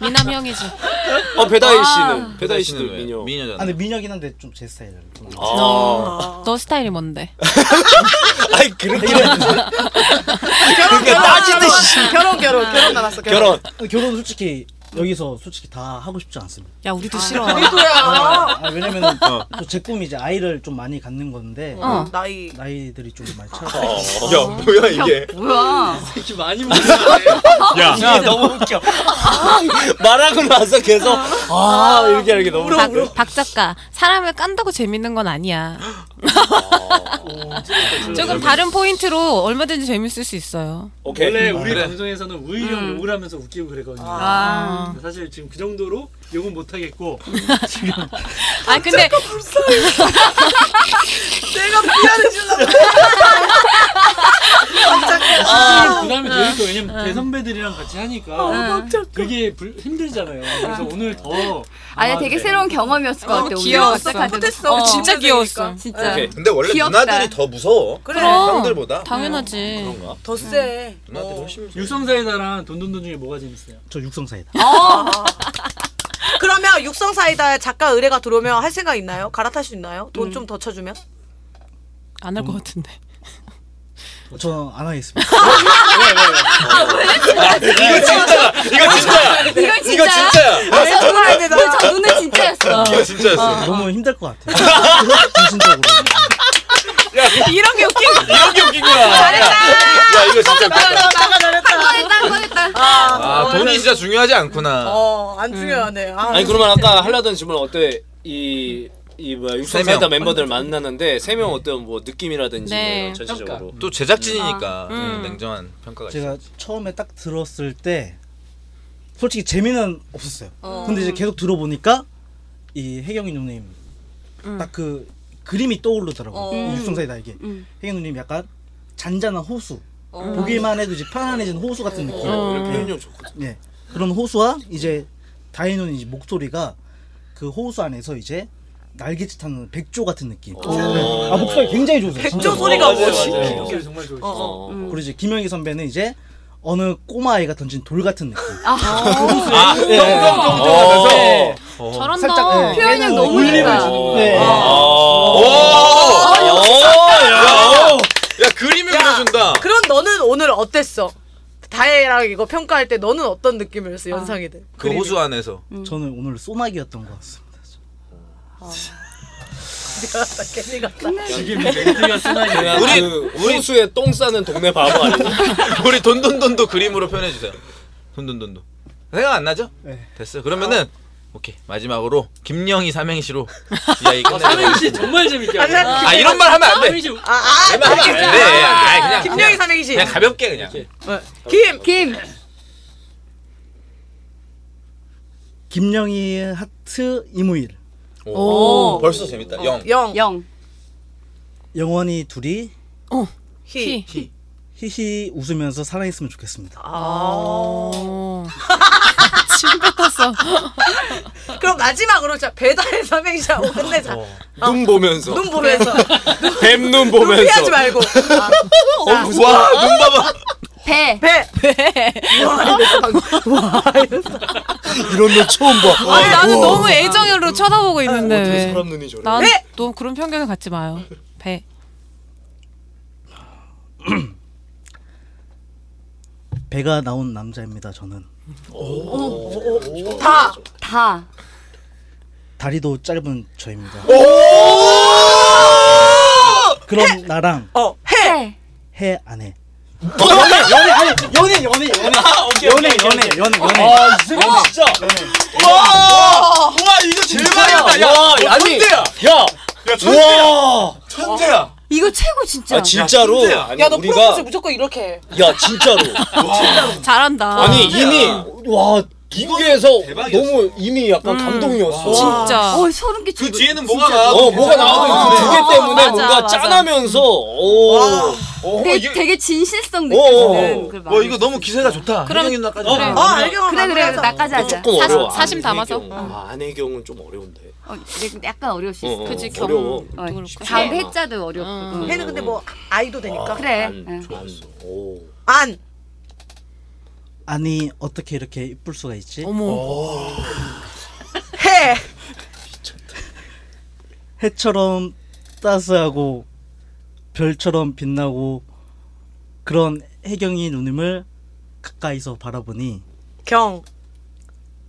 [SPEAKER 5] 미남 형이지.
[SPEAKER 1] 어 배다희 씨는 배다희 씨도
[SPEAKER 2] 씨는 왜?
[SPEAKER 1] 미녀.
[SPEAKER 8] 아,
[SPEAKER 2] 미녀잖아.
[SPEAKER 8] 근데 미녀긴 한데 좀 제 스타일이라고.
[SPEAKER 7] 어.
[SPEAKER 1] 아,
[SPEAKER 5] 너 스타일이 뭔데?
[SPEAKER 1] 아니 그렇게
[SPEAKER 7] 결혼 결혼
[SPEAKER 1] 따지듯이.
[SPEAKER 7] 결혼 결혼 결혼 나왔어 결혼.
[SPEAKER 1] 결혼.
[SPEAKER 8] 아, 결혼 솔직히 여기서 솔직히 다 하고 싶지 않습니다.
[SPEAKER 5] 야 우리도 싫어.
[SPEAKER 7] 우리도야.
[SPEAKER 8] 아, 왜냐면은 저제 꿈이 이제 아이를 좀 많이 갖는 건데
[SPEAKER 5] 어.
[SPEAKER 7] 나이.
[SPEAKER 8] 나이들이 좀 많이 차.
[SPEAKER 2] 야 뭐야 이게?
[SPEAKER 6] 뭐야?
[SPEAKER 3] 이렇게 많이 먹는데.
[SPEAKER 2] 야
[SPEAKER 1] 이게 너무 웃겨. 말하고 나서 계속 아 이렇게 하는 게 너무
[SPEAKER 5] 박,
[SPEAKER 1] 웃겨.
[SPEAKER 5] 박 작가 사람을 깐다고 재밌는 건 아니야. 조금 다른 포인트로 얼마든지 재밌을 수 있어요.
[SPEAKER 1] 오케이.
[SPEAKER 3] 원래 우리
[SPEAKER 2] 그래.
[SPEAKER 3] 방송에서는 우이형 욕을 하면서 웃기고 그랬거든요.
[SPEAKER 6] 아.
[SPEAKER 3] 근데 사실 지금 그 정도로 욕은 못 하겠고
[SPEAKER 5] 아 근데
[SPEAKER 3] 그 부담이 되니까 왜냐면 대선배들이랑 같이 하니까 그게 불, 힘들잖아요. 그래서 오늘 더
[SPEAKER 6] 아니
[SPEAKER 3] 아,
[SPEAKER 6] 되게
[SPEAKER 3] 네.
[SPEAKER 6] 새로운 경험이었을 것 같아.
[SPEAKER 5] 너무
[SPEAKER 6] 오늘
[SPEAKER 5] 귀여웠어.
[SPEAKER 6] 시작하는 거.
[SPEAKER 7] 못했어.
[SPEAKER 6] 어,
[SPEAKER 5] 진짜 귀여웠어.
[SPEAKER 6] 진짜.
[SPEAKER 1] 오케이.
[SPEAKER 2] 근데 원래
[SPEAKER 6] 귀엽다.
[SPEAKER 2] 누나들이 더 무서워.
[SPEAKER 7] 그래.
[SPEAKER 2] 형들보다.
[SPEAKER 5] 어, 당연하지.
[SPEAKER 7] 더 세.
[SPEAKER 2] 누나들이 훨씬 무서워.
[SPEAKER 3] 육성사이다랑 돈돈돈 중에 뭐가 재밌어요?
[SPEAKER 8] 저 육성사이다.
[SPEAKER 7] 그러면 육성사이다 작가 의뢰가 들어오면 할 생각 있나요? 갈아탈 수 있나요? 돈 좀 더 쳐주면?
[SPEAKER 5] 안 할 것 같은데.
[SPEAKER 8] 저는 안 하겠습니다.
[SPEAKER 1] 이거 진짜야. 이거 진짜야.
[SPEAKER 6] 이건
[SPEAKER 1] 이거
[SPEAKER 6] 진짜.
[SPEAKER 1] 진짜야.
[SPEAKER 7] 아, 정말 대단.
[SPEAKER 6] 저 아. 눈은 진짜였어.
[SPEAKER 2] 이거 진짜였어.
[SPEAKER 8] 너무 힘들 것 같아요. 정신적으로.
[SPEAKER 7] 이런 게 웃긴 거.
[SPEAKER 1] 이런 게 웃긴 거야. 야 이거 진짜 웃긴다.
[SPEAKER 7] 나가 잘했다.
[SPEAKER 6] 뻔했다 뻔했다.
[SPEAKER 2] 아 돈이 진짜 중요하지 않구나.
[SPEAKER 7] 어, 어안 중요하네. 아,
[SPEAKER 1] 아니 그러면 아까 하려던 질문 어때? 이 이 뭐야 육성사이다
[SPEAKER 2] 명.
[SPEAKER 1] 멤버들 만나는데 세 명 어떤 뭐 느낌이라든지
[SPEAKER 5] 네.
[SPEAKER 1] 뭐 전체적으로
[SPEAKER 2] 또 제작진이니까 좀
[SPEAKER 5] 음.
[SPEAKER 2] 냉정한 평가가
[SPEAKER 8] 제가
[SPEAKER 2] 있어.
[SPEAKER 8] 처음에 딱 들었을 때 솔직히 재미는 없었어요. 근데 이제 계속 들어보니까 이 혜경이 누님
[SPEAKER 7] 음.
[SPEAKER 8] 딱 그 그림이 떠오르더라고요.
[SPEAKER 7] 어.
[SPEAKER 8] 이 육성사이다 이게.
[SPEAKER 7] 음.
[SPEAKER 8] 혜경 누님 약간 잔잔한 호수.
[SPEAKER 7] 어.
[SPEAKER 8] 보기만 해도 이제 편안해진 호수 같은 느낌.
[SPEAKER 1] 이런 표현력 좋고
[SPEAKER 8] 예. 그런 호수와 이제 다이노는 이제 목소리가 그 호수 안에서 이제 날개짓하는 백조 같은 느낌. 네. 아 목소리 굉장히 좋으세요.
[SPEAKER 7] 어. 백조
[SPEAKER 8] 진짜.
[SPEAKER 7] 소리가
[SPEAKER 1] 맞아요,
[SPEAKER 7] 뭐지?
[SPEAKER 1] 맞아요.
[SPEAKER 3] 목소리 정말 좋으시죠.
[SPEAKER 8] 그리고 이제 김영희 선배는 이제 어느 꼬마아이가 던진 돌 같은 느낌.
[SPEAKER 2] 아 통통통통
[SPEAKER 1] 네.
[SPEAKER 2] 하면서.
[SPEAKER 5] 저런
[SPEAKER 8] 살짝
[SPEAKER 6] 네.
[SPEAKER 5] 너.
[SPEAKER 8] 예.
[SPEAKER 6] 표현력 너무
[SPEAKER 8] 울림을
[SPEAKER 6] 좋다.
[SPEAKER 8] 주는. 네.
[SPEAKER 1] 오. 오. 야.
[SPEAKER 7] 오늘 어땠어? 다혜랑 이거 평가할 때 너는 어떤 느낌이었어 연상이들?
[SPEAKER 2] 그 호수 안에서
[SPEAKER 8] 저는 오늘 소나기였던 것 같습니다.
[SPEAKER 7] 괜히 갔다.
[SPEAKER 3] 지금 멘트가 순하게
[SPEAKER 1] 우리 우리 수에 그 똥 싸는 동네 바보 아니야?
[SPEAKER 2] 우리 돈돈돈도 그림으로 표현해 주세요. 돈돈돈도 생각 안 나죠?
[SPEAKER 8] 네.
[SPEAKER 2] 됐어요. 그러면은 오케이 마지막으로 김영희 삼행시로 이야기 끝내.
[SPEAKER 3] 삼행시 정말 재밌게 하고
[SPEAKER 2] 아 이런 말 하면 안 돼.
[SPEAKER 3] 삼행시
[SPEAKER 7] 아, 아,
[SPEAKER 2] 이런 말 하면 안 돼. 아, 그냥
[SPEAKER 7] 김영희
[SPEAKER 2] 그냥,
[SPEAKER 7] 삼행시.
[SPEAKER 2] 그냥 가볍게 그냥.
[SPEAKER 7] 어, 김.
[SPEAKER 6] 김
[SPEAKER 8] 김영희 하트 이무일
[SPEAKER 2] 오. 어. 벌써 재밌다. 영.
[SPEAKER 7] 영.
[SPEAKER 6] 영.
[SPEAKER 8] 영원히 둘이
[SPEAKER 7] 희.
[SPEAKER 8] 히히 웃으면서 살아있으면 좋겠습니다.
[SPEAKER 5] 어. 침 뱉었어.
[SPEAKER 7] 그럼 마지막으로 자 배달의 삼행시하고
[SPEAKER 1] 어.
[SPEAKER 7] 끝내자.
[SPEAKER 1] 눈 보면서
[SPEAKER 7] 눈 보면서
[SPEAKER 1] 어, 뱀눈
[SPEAKER 7] 눈
[SPEAKER 1] 보면서
[SPEAKER 7] 피하지 말고. 아,
[SPEAKER 2] 와눈 봐봐.
[SPEAKER 6] 배.
[SPEAKER 7] 배.
[SPEAKER 1] 이런 눈 처음 봐.
[SPEAKER 5] 아니, 나는 너무 애정으로 쳐다보고 있는데
[SPEAKER 1] 어떻게
[SPEAKER 5] 왜?
[SPEAKER 1] 사람 눈이 저래?
[SPEAKER 5] 난
[SPEAKER 7] 배!
[SPEAKER 5] 너무 그런 편견을 갖지 마요. 배.
[SPEAKER 8] 배가 나온 남자입니다. 저는
[SPEAKER 7] 다.
[SPEAKER 6] 다.
[SPEAKER 8] 다리도 짧은 저입니다. 그럼 나랑
[SPEAKER 7] 어. 해.
[SPEAKER 6] 해.
[SPEAKER 8] 해 안 해?
[SPEAKER 1] 어,
[SPEAKER 8] 연애 연애 아니 연애 연애 연애 연애 연애 연애 연애
[SPEAKER 3] 아,
[SPEAKER 2] 와 이거 제일 많이 했다. 야,
[SPEAKER 1] 와,
[SPEAKER 2] 야
[SPEAKER 1] 아니.
[SPEAKER 2] 천재야.
[SPEAKER 1] 야,
[SPEAKER 2] 야 천재야. 천재야.
[SPEAKER 6] 이거 최고 진짜.
[SPEAKER 1] 아 진짜로.
[SPEAKER 2] 야,
[SPEAKER 1] 아니,
[SPEAKER 7] 야 너 프로포즈
[SPEAKER 1] 우리가
[SPEAKER 7] 무조건 이렇게 해.
[SPEAKER 1] 야 진짜로.
[SPEAKER 5] 잘한다.
[SPEAKER 1] 아니 이미 와 이거에서
[SPEAKER 2] 대박이었어.
[SPEAKER 1] 너무 이미 약간 감동이었어.
[SPEAKER 5] 음. 진짜.
[SPEAKER 6] 어 소름 끼쳐.
[SPEAKER 2] 그 뒤에는 뭐가 나?
[SPEAKER 1] 어 뭐가
[SPEAKER 5] 아,
[SPEAKER 1] 나와도 두 개
[SPEAKER 5] 아,
[SPEAKER 1] 때문에
[SPEAKER 5] 맞아,
[SPEAKER 1] 뭔가
[SPEAKER 5] 맞아.
[SPEAKER 1] 짠하면서 오. 오
[SPEAKER 6] 되게,
[SPEAKER 2] 어, 이게-
[SPEAKER 6] 되게 진실성
[SPEAKER 1] 어,
[SPEAKER 6] 느껴지는 그
[SPEAKER 2] 와뭐 이거 너무 기세가 좋다.
[SPEAKER 5] 그럼-
[SPEAKER 2] 혜경이 누나까지.
[SPEAKER 5] 그래.
[SPEAKER 7] 어 알경아
[SPEAKER 6] 그래 그래
[SPEAKER 7] 마무리하자.
[SPEAKER 6] 나까지 하자.
[SPEAKER 1] 조금
[SPEAKER 5] 사심-
[SPEAKER 1] 어려워.
[SPEAKER 5] 사심
[SPEAKER 1] 안혜경.
[SPEAKER 5] 담아서?
[SPEAKER 1] 아, 안혜경은 좀 어려운데.
[SPEAKER 6] 어, 근데 약간 어려울 수 있어.
[SPEAKER 1] 어,
[SPEAKER 5] 그지
[SPEAKER 1] 어, 어려워.
[SPEAKER 5] 경험도
[SPEAKER 6] 어,
[SPEAKER 5] 그렇고.
[SPEAKER 6] 다음에 해자도 어렵고. 응.
[SPEAKER 7] 해는 근데 뭐 아이도 되니까.
[SPEAKER 6] 어,
[SPEAKER 5] 예.
[SPEAKER 6] 그래.
[SPEAKER 1] 안,
[SPEAKER 6] 응.
[SPEAKER 1] 좋았어. 오.
[SPEAKER 7] 안.
[SPEAKER 8] 아니 어떻게 이렇게 이쁠 수가 있지?
[SPEAKER 5] 어머.
[SPEAKER 7] 해.
[SPEAKER 8] 해처럼 따스하고 별처럼 빛나고 그런 해경이 누님을 가까이서 바라보니
[SPEAKER 7] 경.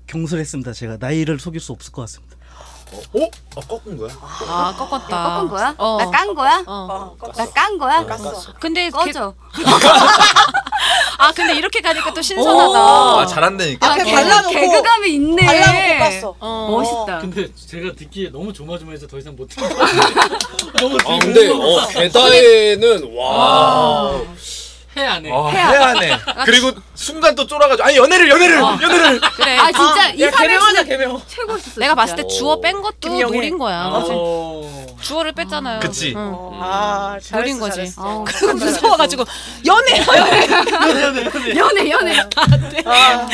[SPEAKER 8] 경솔했습니다. 제가 나이를 속일 수 없을 것 같습니다.
[SPEAKER 2] 어? 아 꺾은 거야?
[SPEAKER 5] 아 꺾었다.
[SPEAKER 6] 꺾은 거야?
[SPEAKER 5] 어.
[SPEAKER 6] 나 깐
[SPEAKER 5] 어.
[SPEAKER 6] 거야?
[SPEAKER 7] 어. 껐어.
[SPEAKER 6] 나 깐 거야? 어,
[SPEAKER 5] 근데 걔-
[SPEAKER 6] 꺼져.
[SPEAKER 5] 아 근데 이렇게 가니까 또 신선하다.
[SPEAKER 2] 아 잘한다니까.
[SPEAKER 7] 앞에
[SPEAKER 6] 어, 개-
[SPEAKER 7] 발라놓고
[SPEAKER 6] 개그감이 있네.
[SPEAKER 7] 발라놓고 깠어.
[SPEAKER 5] 어.
[SPEAKER 6] 멋있다.
[SPEAKER 3] 근데 제가 듣기에 너무 조마조마해서 더 이상 못 듣는 거 너무
[SPEAKER 1] 아 근데 어 게다에는
[SPEAKER 5] 아.
[SPEAKER 1] 와.
[SPEAKER 3] 해안 해.
[SPEAKER 1] 어.
[SPEAKER 2] 아, 해안해. 그리고 순간 또 쫄아가지고 아니 연애를 연애를 연애를.
[SPEAKER 5] 그래.
[SPEAKER 6] 아 진짜 이
[SPEAKER 7] 야 개명하자
[SPEAKER 6] 사람이
[SPEAKER 7] 개명.
[SPEAKER 6] 최고였어.
[SPEAKER 5] 아, 내가 봤을 때 주어 뺀 것도
[SPEAKER 7] 김영애.
[SPEAKER 5] 노린 거야.
[SPEAKER 3] 어.
[SPEAKER 5] 주어를 뺐잖아요.
[SPEAKER 2] 그치.
[SPEAKER 5] 응.
[SPEAKER 7] 아
[SPEAKER 5] 노린
[SPEAKER 7] 잘했어
[SPEAKER 5] 거지.
[SPEAKER 7] 잘했어.
[SPEAKER 6] 어,
[SPEAKER 5] 그리고 무서워가지고 연애
[SPEAKER 6] 연애 연애.
[SPEAKER 1] 네,
[SPEAKER 5] 아,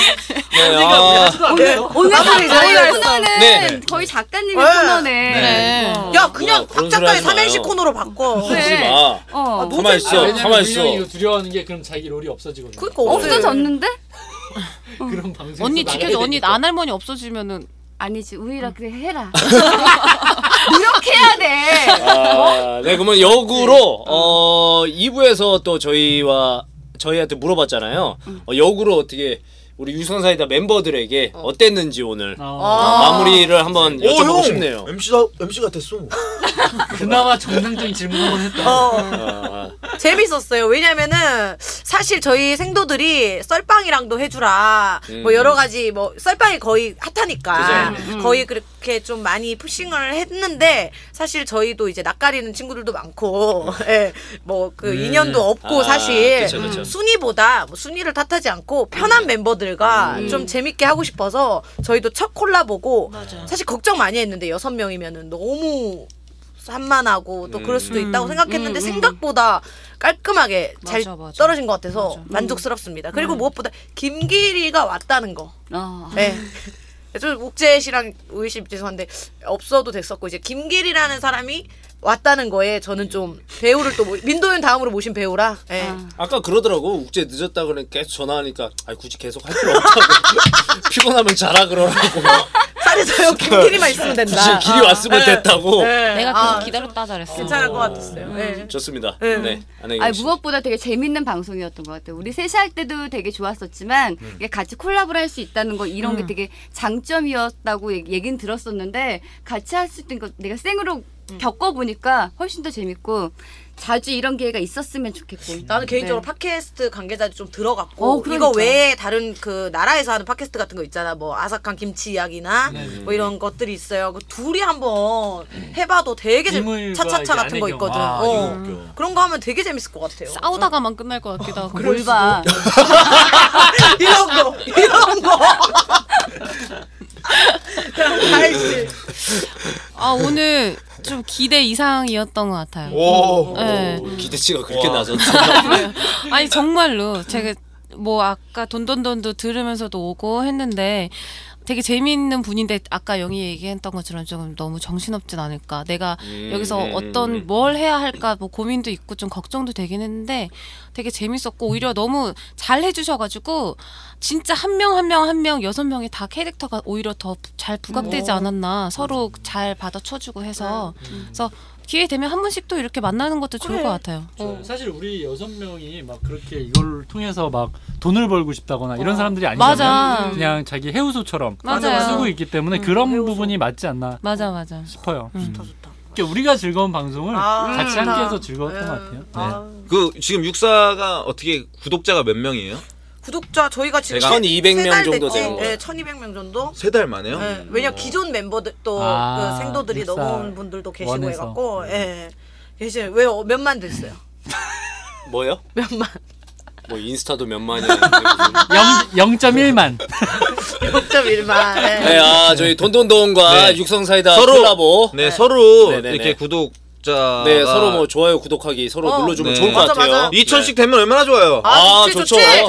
[SPEAKER 1] 야.
[SPEAKER 6] 오늘
[SPEAKER 7] 마무리
[SPEAKER 6] 저희
[SPEAKER 7] 잘했어.
[SPEAKER 6] 코너는
[SPEAKER 1] 네, 네.
[SPEAKER 6] 거의 작가님의
[SPEAKER 7] 네.
[SPEAKER 6] 코너네.
[SPEAKER 5] 네.
[SPEAKER 7] 야 그냥
[SPEAKER 1] 뭐야, 그런 소리
[SPEAKER 7] 박작가의
[SPEAKER 1] 하지 마요.
[SPEAKER 7] 삼행시 코너로 바꿔.
[SPEAKER 6] 그래.
[SPEAKER 1] 하지
[SPEAKER 5] 네.
[SPEAKER 1] 마.
[SPEAKER 6] 어.
[SPEAKER 7] 너무
[SPEAKER 1] 가만
[SPEAKER 2] 아,
[SPEAKER 7] 재밌다.
[SPEAKER 1] 있어. 가만 있어.
[SPEAKER 3] 아, 이거 두려워하는 게 그럼 자기 롤이 없어지거든.
[SPEAKER 7] 그니까
[SPEAKER 6] 없어졌는데?
[SPEAKER 3] 그런 방송.
[SPEAKER 5] 언니 지켜줘. 언니 안 할머니 없어지면은
[SPEAKER 6] 아니지 우희라 그래 해라. 노력해야 돼.
[SPEAKER 1] 아, 네, 그러면 역으로 어 2부에서 또 저희와 저희한테 물어봤잖아요. 어, 역으로 어떻게 우리 유선사이다 멤버들에게 어. 땠는지 오늘
[SPEAKER 3] 아. 어.
[SPEAKER 1] 마무리를 한번 여쭤보고 싶네요.
[SPEAKER 2] MC 다 MC 같았어.
[SPEAKER 3] 그나마 정상적인 질문 한번 했다.
[SPEAKER 7] 어.
[SPEAKER 1] 아,
[SPEAKER 7] 재밌었어요. 왜냐면은 사실 저희 생도들이 썰빵이랑도 해주라 뭐 여러 가지 뭐 썰빵이 거의 핫하니까
[SPEAKER 1] 음,
[SPEAKER 7] 거의 그렇게 좀 많이 푸싱을 했는데 사실 저희도 이제 낯가리는 친구들도 많고 뭐 그 인연도 없고
[SPEAKER 1] 아,
[SPEAKER 7] 사실 음,
[SPEAKER 1] 그쵸, 음. 그쵸.
[SPEAKER 7] 순위보다 뭐 순위를 탓하지 않고 편한 멤버들과
[SPEAKER 1] 음.
[SPEAKER 7] 좀 재밌게 하고 싶어서 저희도 첫 콜라보고 사실 걱정 많이 했는데 여섯 명이면은 너무 산만하고 또 그럴
[SPEAKER 5] 음.
[SPEAKER 7] 수도 있다고 생각했는데 생각보다 깔끔하게 잘
[SPEAKER 5] 맞아, 맞아. 음.
[SPEAKER 7] 떨어진 것 같아서 만족스럽습니다. 그리고 무엇보다 김기리가 왔다는 거.
[SPEAKER 6] 어.
[SPEAKER 7] 예.
[SPEAKER 5] 음.
[SPEAKER 7] 좀 욱재 씨랑 우희 씨 죄송한데 없어도 됐었고 이제 김길이라는 사람이 왔다는 거에 저는 좀 배우를 또 모- 민도윤 다음으로 모신 배우라. 예.
[SPEAKER 1] 아까 그러더라고 욱제 늦었다 그래 계속 전화하니까 아 굳이 계속 할 필요 없다고 피곤하면 자라 그러라고
[SPEAKER 7] 사례자요 김길이만 있으면 된다.
[SPEAKER 1] 굳이 길이 왔으면 됐다고.
[SPEAKER 7] 아, 네.
[SPEAKER 5] 내가 계속
[SPEAKER 7] 아,
[SPEAKER 5] 기다렸다 잘했어. 음.
[SPEAKER 7] 괜찮을 것 같았어요. 네.
[SPEAKER 1] 좋습니다.
[SPEAKER 7] 네.
[SPEAKER 1] 네. 안녕히
[SPEAKER 6] 아
[SPEAKER 1] 계십시오.
[SPEAKER 6] 무엇보다 되게 재밌는 방송이었던 것 같아요. 우리 셋이 할 때도 되게 좋았었지만 이게 같이 콜라보를 할 수 있다는 거 이런 게 되게 장점이었다고 얘기, 얘긴 들었었는데 같이 할 수 있는 거 내가 생으로
[SPEAKER 7] 음.
[SPEAKER 6] 겪어보니까 훨씬 더 재밌고 자주 이런 기회가 있었으면 좋겠고
[SPEAKER 7] 나는 개인적으로
[SPEAKER 6] 네.
[SPEAKER 7] 팟캐스트 관계자들 좀 들어갔고
[SPEAKER 6] 어, 그러니까.
[SPEAKER 7] 이거 외에 다른 그 나라에서 하는 팟캐스트 같은 거 있잖아 뭐 아삭한 김치 이야기나 뭐 이런 것들이 있어요 그 둘이 한번 해봐도 되게 재밌
[SPEAKER 3] 이물과
[SPEAKER 7] 차차차
[SPEAKER 3] 이제
[SPEAKER 7] 같은 거
[SPEAKER 3] 안혜경.
[SPEAKER 7] 있거든
[SPEAKER 3] 아,
[SPEAKER 7] 어.
[SPEAKER 3] 이거 웃겨.
[SPEAKER 7] 그런 거 하면 되게 재밌을 것 같아요
[SPEAKER 5] 싸우다가만 끝날 것 같기도 하고.
[SPEAKER 6] 뭘 봐. 어,
[SPEAKER 7] 이런 거 이런 거 그럼 다이씨
[SPEAKER 5] 아 오늘 좀 기대 이상이었던 것 같아요.
[SPEAKER 2] 오.
[SPEAKER 5] 네.
[SPEAKER 1] 기대치가 그렇게 낮았어.
[SPEAKER 5] 아니 음. 정말로 제가 뭐 아까 돈돈돈도 들으면서도 오고 했는데 되게 재미있는 분인데 아까 영희 얘기했던 것처럼 조금 너무 정신없진 않을까. 내가 여기서 어떤 뭘 해야 할까 뭐 고민도 있고 좀 걱정도 되긴 했는데 되게 재밌었고 오히려 너무 잘 해주셔가지고 진짜 한 명 한 명 한 명 여섯 명이 다 캐릭터가 오히려 더 잘 부각되지 않았나 서로 잘 받아쳐주고 해서 음. 그래서 기회 되면 한 번씩 또 이렇게 만나는 것도 좋을 것 같아요.
[SPEAKER 3] 어. 사실 우리 여섯 명이 막 그렇게 이걸 통해서 막 돈을 벌고 싶다거나
[SPEAKER 7] 어.
[SPEAKER 3] 이런 사람들이 아니잖아요.
[SPEAKER 5] 맞아.
[SPEAKER 3] 그냥 자기 해우소처럼
[SPEAKER 5] 맞아요.
[SPEAKER 3] 쓰고 있기 때문에
[SPEAKER 7] 음,
[SPEAKER 3] 그런 부분이 맞지 않나
[SPEAKER 5] 맞아 맞아.
[SPEAKER 3] 싶어요.
[SPEAKER 7] 좋다 좋다
[SPEAKER 3] 그러니까 우리가 즐거운 방송을
[SPEAKER 7] 아,
[SPEAKER 3] 같이
[SPEAKER 7] 좋다.
[SPEAKER 3] 함께해서 즐거웠던 것 같아요.
[SPEAKER 7] 아,
[SPEAKER 2] 그 지금 육사가 어떻게 구독자가 몇 명이에요?
[SPEAKER 7] 구독자 저희가 지금
[SPEAKER 2] 제가
[SPEAKER 1] 1200명
[SPEAKER 7] 세달
[SPEAKER 1] 정도
[SPEAKER 7] 됐지?
[SPEAKER 1] 되는 거예요.
[SPEAKER 7] 네, 1200명 정도
[SPEAKER 2] 세 달 만에요?
[SPEAKER 3] 네.
[SPEAKER 7] 예, 왜냐 기존 멤버들 또
[SPEAKER 3] 음. 아,
[SPEAKER 7] 그 생도들이
[SPEAKER 3] 육사,
[SPEAKER 7] 넘어온 분들도 계시고
[SPEAKER 3] 원에서. 음.
[SPEAKER 7] 해갖고 예 계시 왜 어, 몇만 됐어요
[SPEAKER 1] 뭐요?
[SPEAKER 7] 몇만
[SPEAKER 1] 뭐 인스타도 몇 만이.
[SPEAKER 3] 네. 영 0.1만.
[SPEAKER 7] 6.1만 예.
[SPEAKER 1] 네, 아 저희 돈돈돈과
[SPEAKER 2] 네.
[SPEAKER 1] 육성사이다
[SPEAKER 2] 서로-
[SPEAKER 1] 콜라보.
[SPEAKER 2] 네, 서로
[SPEAKER 1] 아, 네네네.
[SPEAKER 2] 이렇게 구독자
[SPEAKER 1] 네, 서로 뭐 좋아요, 구독하기 서로
[SPEAKER 7] 어,
[SPEAKER 1] 눌러주면
[SPEAKER 2] 네.
[SPEAKER 1] 좋을 것
[SPEAKER 7] 맞아,
[SPEAKER 1] 같아요.
[SPEAKER 7] 맞아. 네.
[SPEAKER 2] 2천씩 되면 얼마나 좋아요.
[SPEAKER 7] 아,
[SPEAKER 1] 아,
[SPEAKER 7] 좋지,
[SPEAKER 1] 좋죠.
[SPEAKER 7] 좋지.
[SPEAKER 1] 예.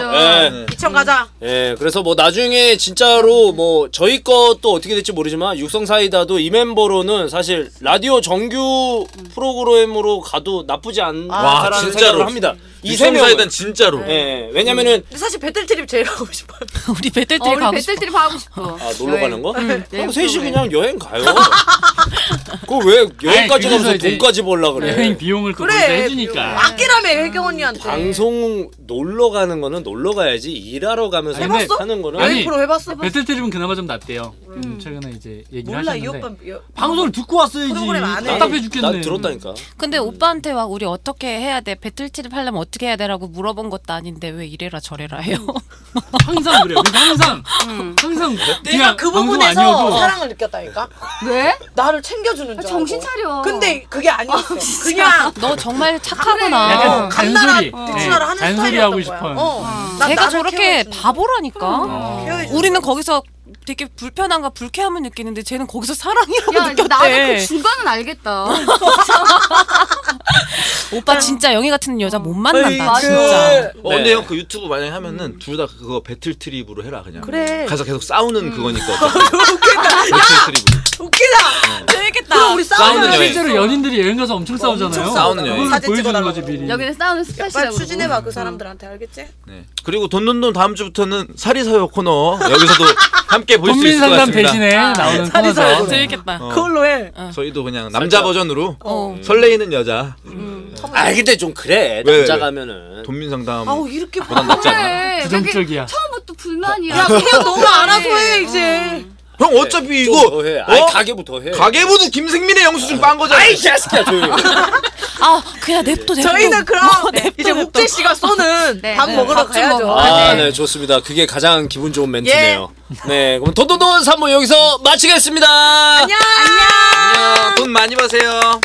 [SPEAKER 2] 네.
[SPEAKER 7] 2천 가자
[SPEAKER 1] 예, 그래서 뭐 나중에 진짜로 뭐 저희 것도 어떻게 될지 모르지만 육성사이다도 이 멤버로는 사실 라디오 정규
[SPEAKER 7] 음.
[SPEAKER 1] 프로그램으로 가도 나쁘지 않다라는
[SPEAKER 7] 아,
[SPEAKER 2] 와, 진짜로.
[SPEAKER 1] 생각을 합니다. 이세
[SPEAKER 2] 이성사 일단
[SPEAKER 1] 명은
[SPEAKER 2] 진짜로.
[SPEAKER 1] 예, 왜냐면은
[SPEAKER 7] 근데 사실 배틀트립 제일 하고 싶어요
[SPEAKER 5] 우리 배틀
[SPEAKER 6] 어,
[SPEAKER 5] 때
[SPEAKER 6] 우리
[SPEAKER 5] 가고 싶어.
[SPEAKER 6] 배틀트립 하고 싶어.
[SPEAKER 1] 아 놀러 가는
[SPEAKER 7] 음,
[SPEAKER 1] 거? 그럼 셋이
[SPEAKER 6] 그러네.
[SPEAKER 1] 그냥 여행 가요. 그걸 왜 여행까지
[SPEAKER 3] 아니,
[SPEAKER 1] 가면서
[SPEAKER 3] 그래서 이제 네,
[SPEAKER 1] 돈까지 벌라 그래?
[SPEAKER 3] 여행 비용을 또 거기서
[SPEAKER 7] 그래
[SPEAKER 3] 해주니까.
[SPEAKER 7] 아끼라며 혜경 언니한테
[SPEAKER 1] 네. 방송 놀러 가는 거는 놀러 가야지 일하러 가면서
[SPEAKER 3] 아니, 근데-
[SPEAKER 1] 하는 거는
[SPEAKER 3] 아니,
[SPEAKER 7] 여행 프로 해봤어?
[SPEAKER 3] 배틀트립은 그나마 좀 낫대요. 음, 최근에 이제 얘기를
[SPEAKER 7] 몰라 이
[SPEAKER 3] 하셨는데
[SPEAKER 7] 오빠 여-
[SPEAKER 3] 방송을 듣고 왔어야지.
[SPEAKER 7] 프로그램 안 해.
[SPEAKER 3] 답답해
[SPEAKER 1] 난
[SPEAKER 3] 죽겠네.
[SPEAKER 1] 들었다니까.
[SPEAKER 5] 근데 오빠한테 막 우리 어떻게 해야 돼? 배틀치를 하려면 어떻게 해야 돼라고 물어본 것도 아닌데 왜 이래라 저래라 해요.
[SPEAKER 7] 음.
[SPEAKER 3] 항상 그래요. 우리 항상 항상
[SPEAKER 2] 네?
[SPEAKER 7] 내가
[SPEAKER 3] 그냥
[SPEAKER 7] 그
[SPEAKER 3] 방송
[SPEAKER 7] 부분에서
[SPEAKER 3] 아니어도
[SPEAKER 7] 사랑을 느꼈다니까
[SPEAKER 6] 왜?
[SPEAKER 7] 나를 챙겨주는 줄 알고
[SPEAKER 6] 정신 차려.
[SPEAKER 7] 근데 그게 아니었어 그냥
[SPEAKER 5] 너 정말
[SPEAKER 3] 약간
[SPEAKER 5] 착하구나.
[SPEAKER 3] 아, 잔소리,
[SPEAKER 7] 어. 뒷수다를 하는
[SPEAKER 3] 잔소리
[SPEAKER 7] 스타일이었던
[SPEAKER 3] 하고
[SPEAKER 7] 거야.
[SPEAKER 3] 싶어요.
[SPEAKER 7] 어. 나
[SPEAKER 5] 아. 제가
[SPEAKER 7] 나를
[SPEAKER 5] 저렇게
[SPEAKER 7] 케어해주는
[SPEAKER 5] 바보라니까.
[SPEAKER 3] 어.
[SPEAKER 7] 케어해주는
[SPEAKER 5] 우리는 거기서 되게 불편함과 불쾌함을 느끼는데 쟤는 거기서 사랑이라고
[SPEAKER 6] 야, 나는 그
[SPEAKER 5] 느꼈대.
[SPEAKER 6] 중간은 알겠다.
[SPEAKER 5] 오빠 진짜 영희 같은 여자 못 만난다
[SPEAKER 7] 맞아.
[SPEAKER 5] 진짜.
[SPEAKER 2] 어,
[SPEAKER 1] 네.
[SPEAKER 2] 근데 형 그 유튜브 만약에
[SPEAKER 3] 음.
[SPEAKER 2] 하면은 둘 다 그거 배틀 트립으로 해라 그냥.
[SPEAKER 7] 그래.
[SPEAKER 2] 가서 계속 싸우는
[SPEAKER 3] 음.
[SPEAKER 2] 그거니까. 배틀 트립으로.
[SPEAKER 7] 웃기다.
[SPEAKER 5] 되겠다.
[SPEAKER 7] 그럼 우리 싸우는
[SPEAKER 2] 싸우는
[SPEAKER 7] 여행.
[SPEAKER 2] 여행.
[SPEAKER 3] 실제로 연인들이 여행 가서 엄청 싸우잖아요.
[SPEAKER 2] 싸우는 여행.
[SPEAKER 3] 그걸
[SPEAKER 7] 사진
[SPEAKER 3] 보여주는
[SPEAKER 7] 찍어달라고.
[SPEAKER 3] 거지 미리.
[SPEAKER 6] 여기는 싸우는
[SPEAKER 7] 빨리
[SPEAKER 6] 스팟이라고.
[SPEAKER 7] 추진해봐 그 사람들한테 알겠지?
[SPEAKER 2] 네. 그리고 돈돈돈 다음 주부터는 사리사요 코너 여기서도 함께 볼 수
[SPEAKER 3] 돈민
[SPEAKER 2] 있을 것
[SPEAKER 3] 상담
[SPEAKER 2] 같습니다.
[SPEAKER 3] 대신에 나오는
[SPEAKER 7] 사리사욕으로.
[SPEAKER 5] 아,
[SPEAKER 3] 코너죠.
[SPEAKER 5] 되겠다.
[SPEAKER 2] 어,
[SPEAKER 7] 그걸로 해.
[SPEAKER 2] 저희도 그냥 남자 버전으로
[SPEAKER 5] 어.
[SPEAKER 2] 설레이는 여자
[SPEAKER 1] 아 근데 좀 그래
[SPEAKER 2] 왜,
[SPEAKER 1] 남자
[SPEAKER 2] 왜?
[SPEAKER 1] 가면은
[SPEAKER 2] 돈민 상담
[SPEAKER 7] 아우 이렇게
[SPEAKER 2] 보단 낫지 않나?
[SPEAKER 6] 그래.
[SPEAKER 3] 부정적이야.
[SPEAKER 6] 처음부터 불만이야. 네.
[SPEAKER 7] 야 그냥 너무 알아서 해 이제.
[SPEAKER 2] 형 어차피
[SPEAKER 1] 좀
[SPEAKER 2] 이거
[SPEAKER 1] 더 해.
[SPEAKER 2] 어?
[SPEAKER 1] 아니 가게부터 해.
[SPEAKER 2] 가계부도 김생민의 영수증 빤 거잖아.
[SPEAKER 1] 아이 자식아 조용히. 해.
[SPEAKER 5] 아 그냥 냅둬 냅둬.
[SPEAKER 7] 저희는 그럼
[SPEAKER 5] 어, 냅둬,
[SPEAKER 7] 이제
[SPEAKER 5] 냅둬.
[SPEAKER 7] 옥재 씨가 쏘는
[SPEAKER 6] 네.
[SPEAKER 7] 밥
[SPEAKER 6] 네.
[SPEAKER 7] 먹으러
[SPEAKER 5] 밥좀
[SPEAKER 7] 가야죠.
[SPEAKER 5] 먹어.
[SPEAKER 1] 아, 네, 좋습니다. 그게 가장 기분 좋은 멘트네요.
[SPEAKER 3] 예.
[SPEAKER 1] 네, 그럼 돈돈돈 3부 여기서 마치겠습니다.
[SPEAKER 7] 안녕.
[SPEAKER 2] 안녕. 돈 많이 버세요.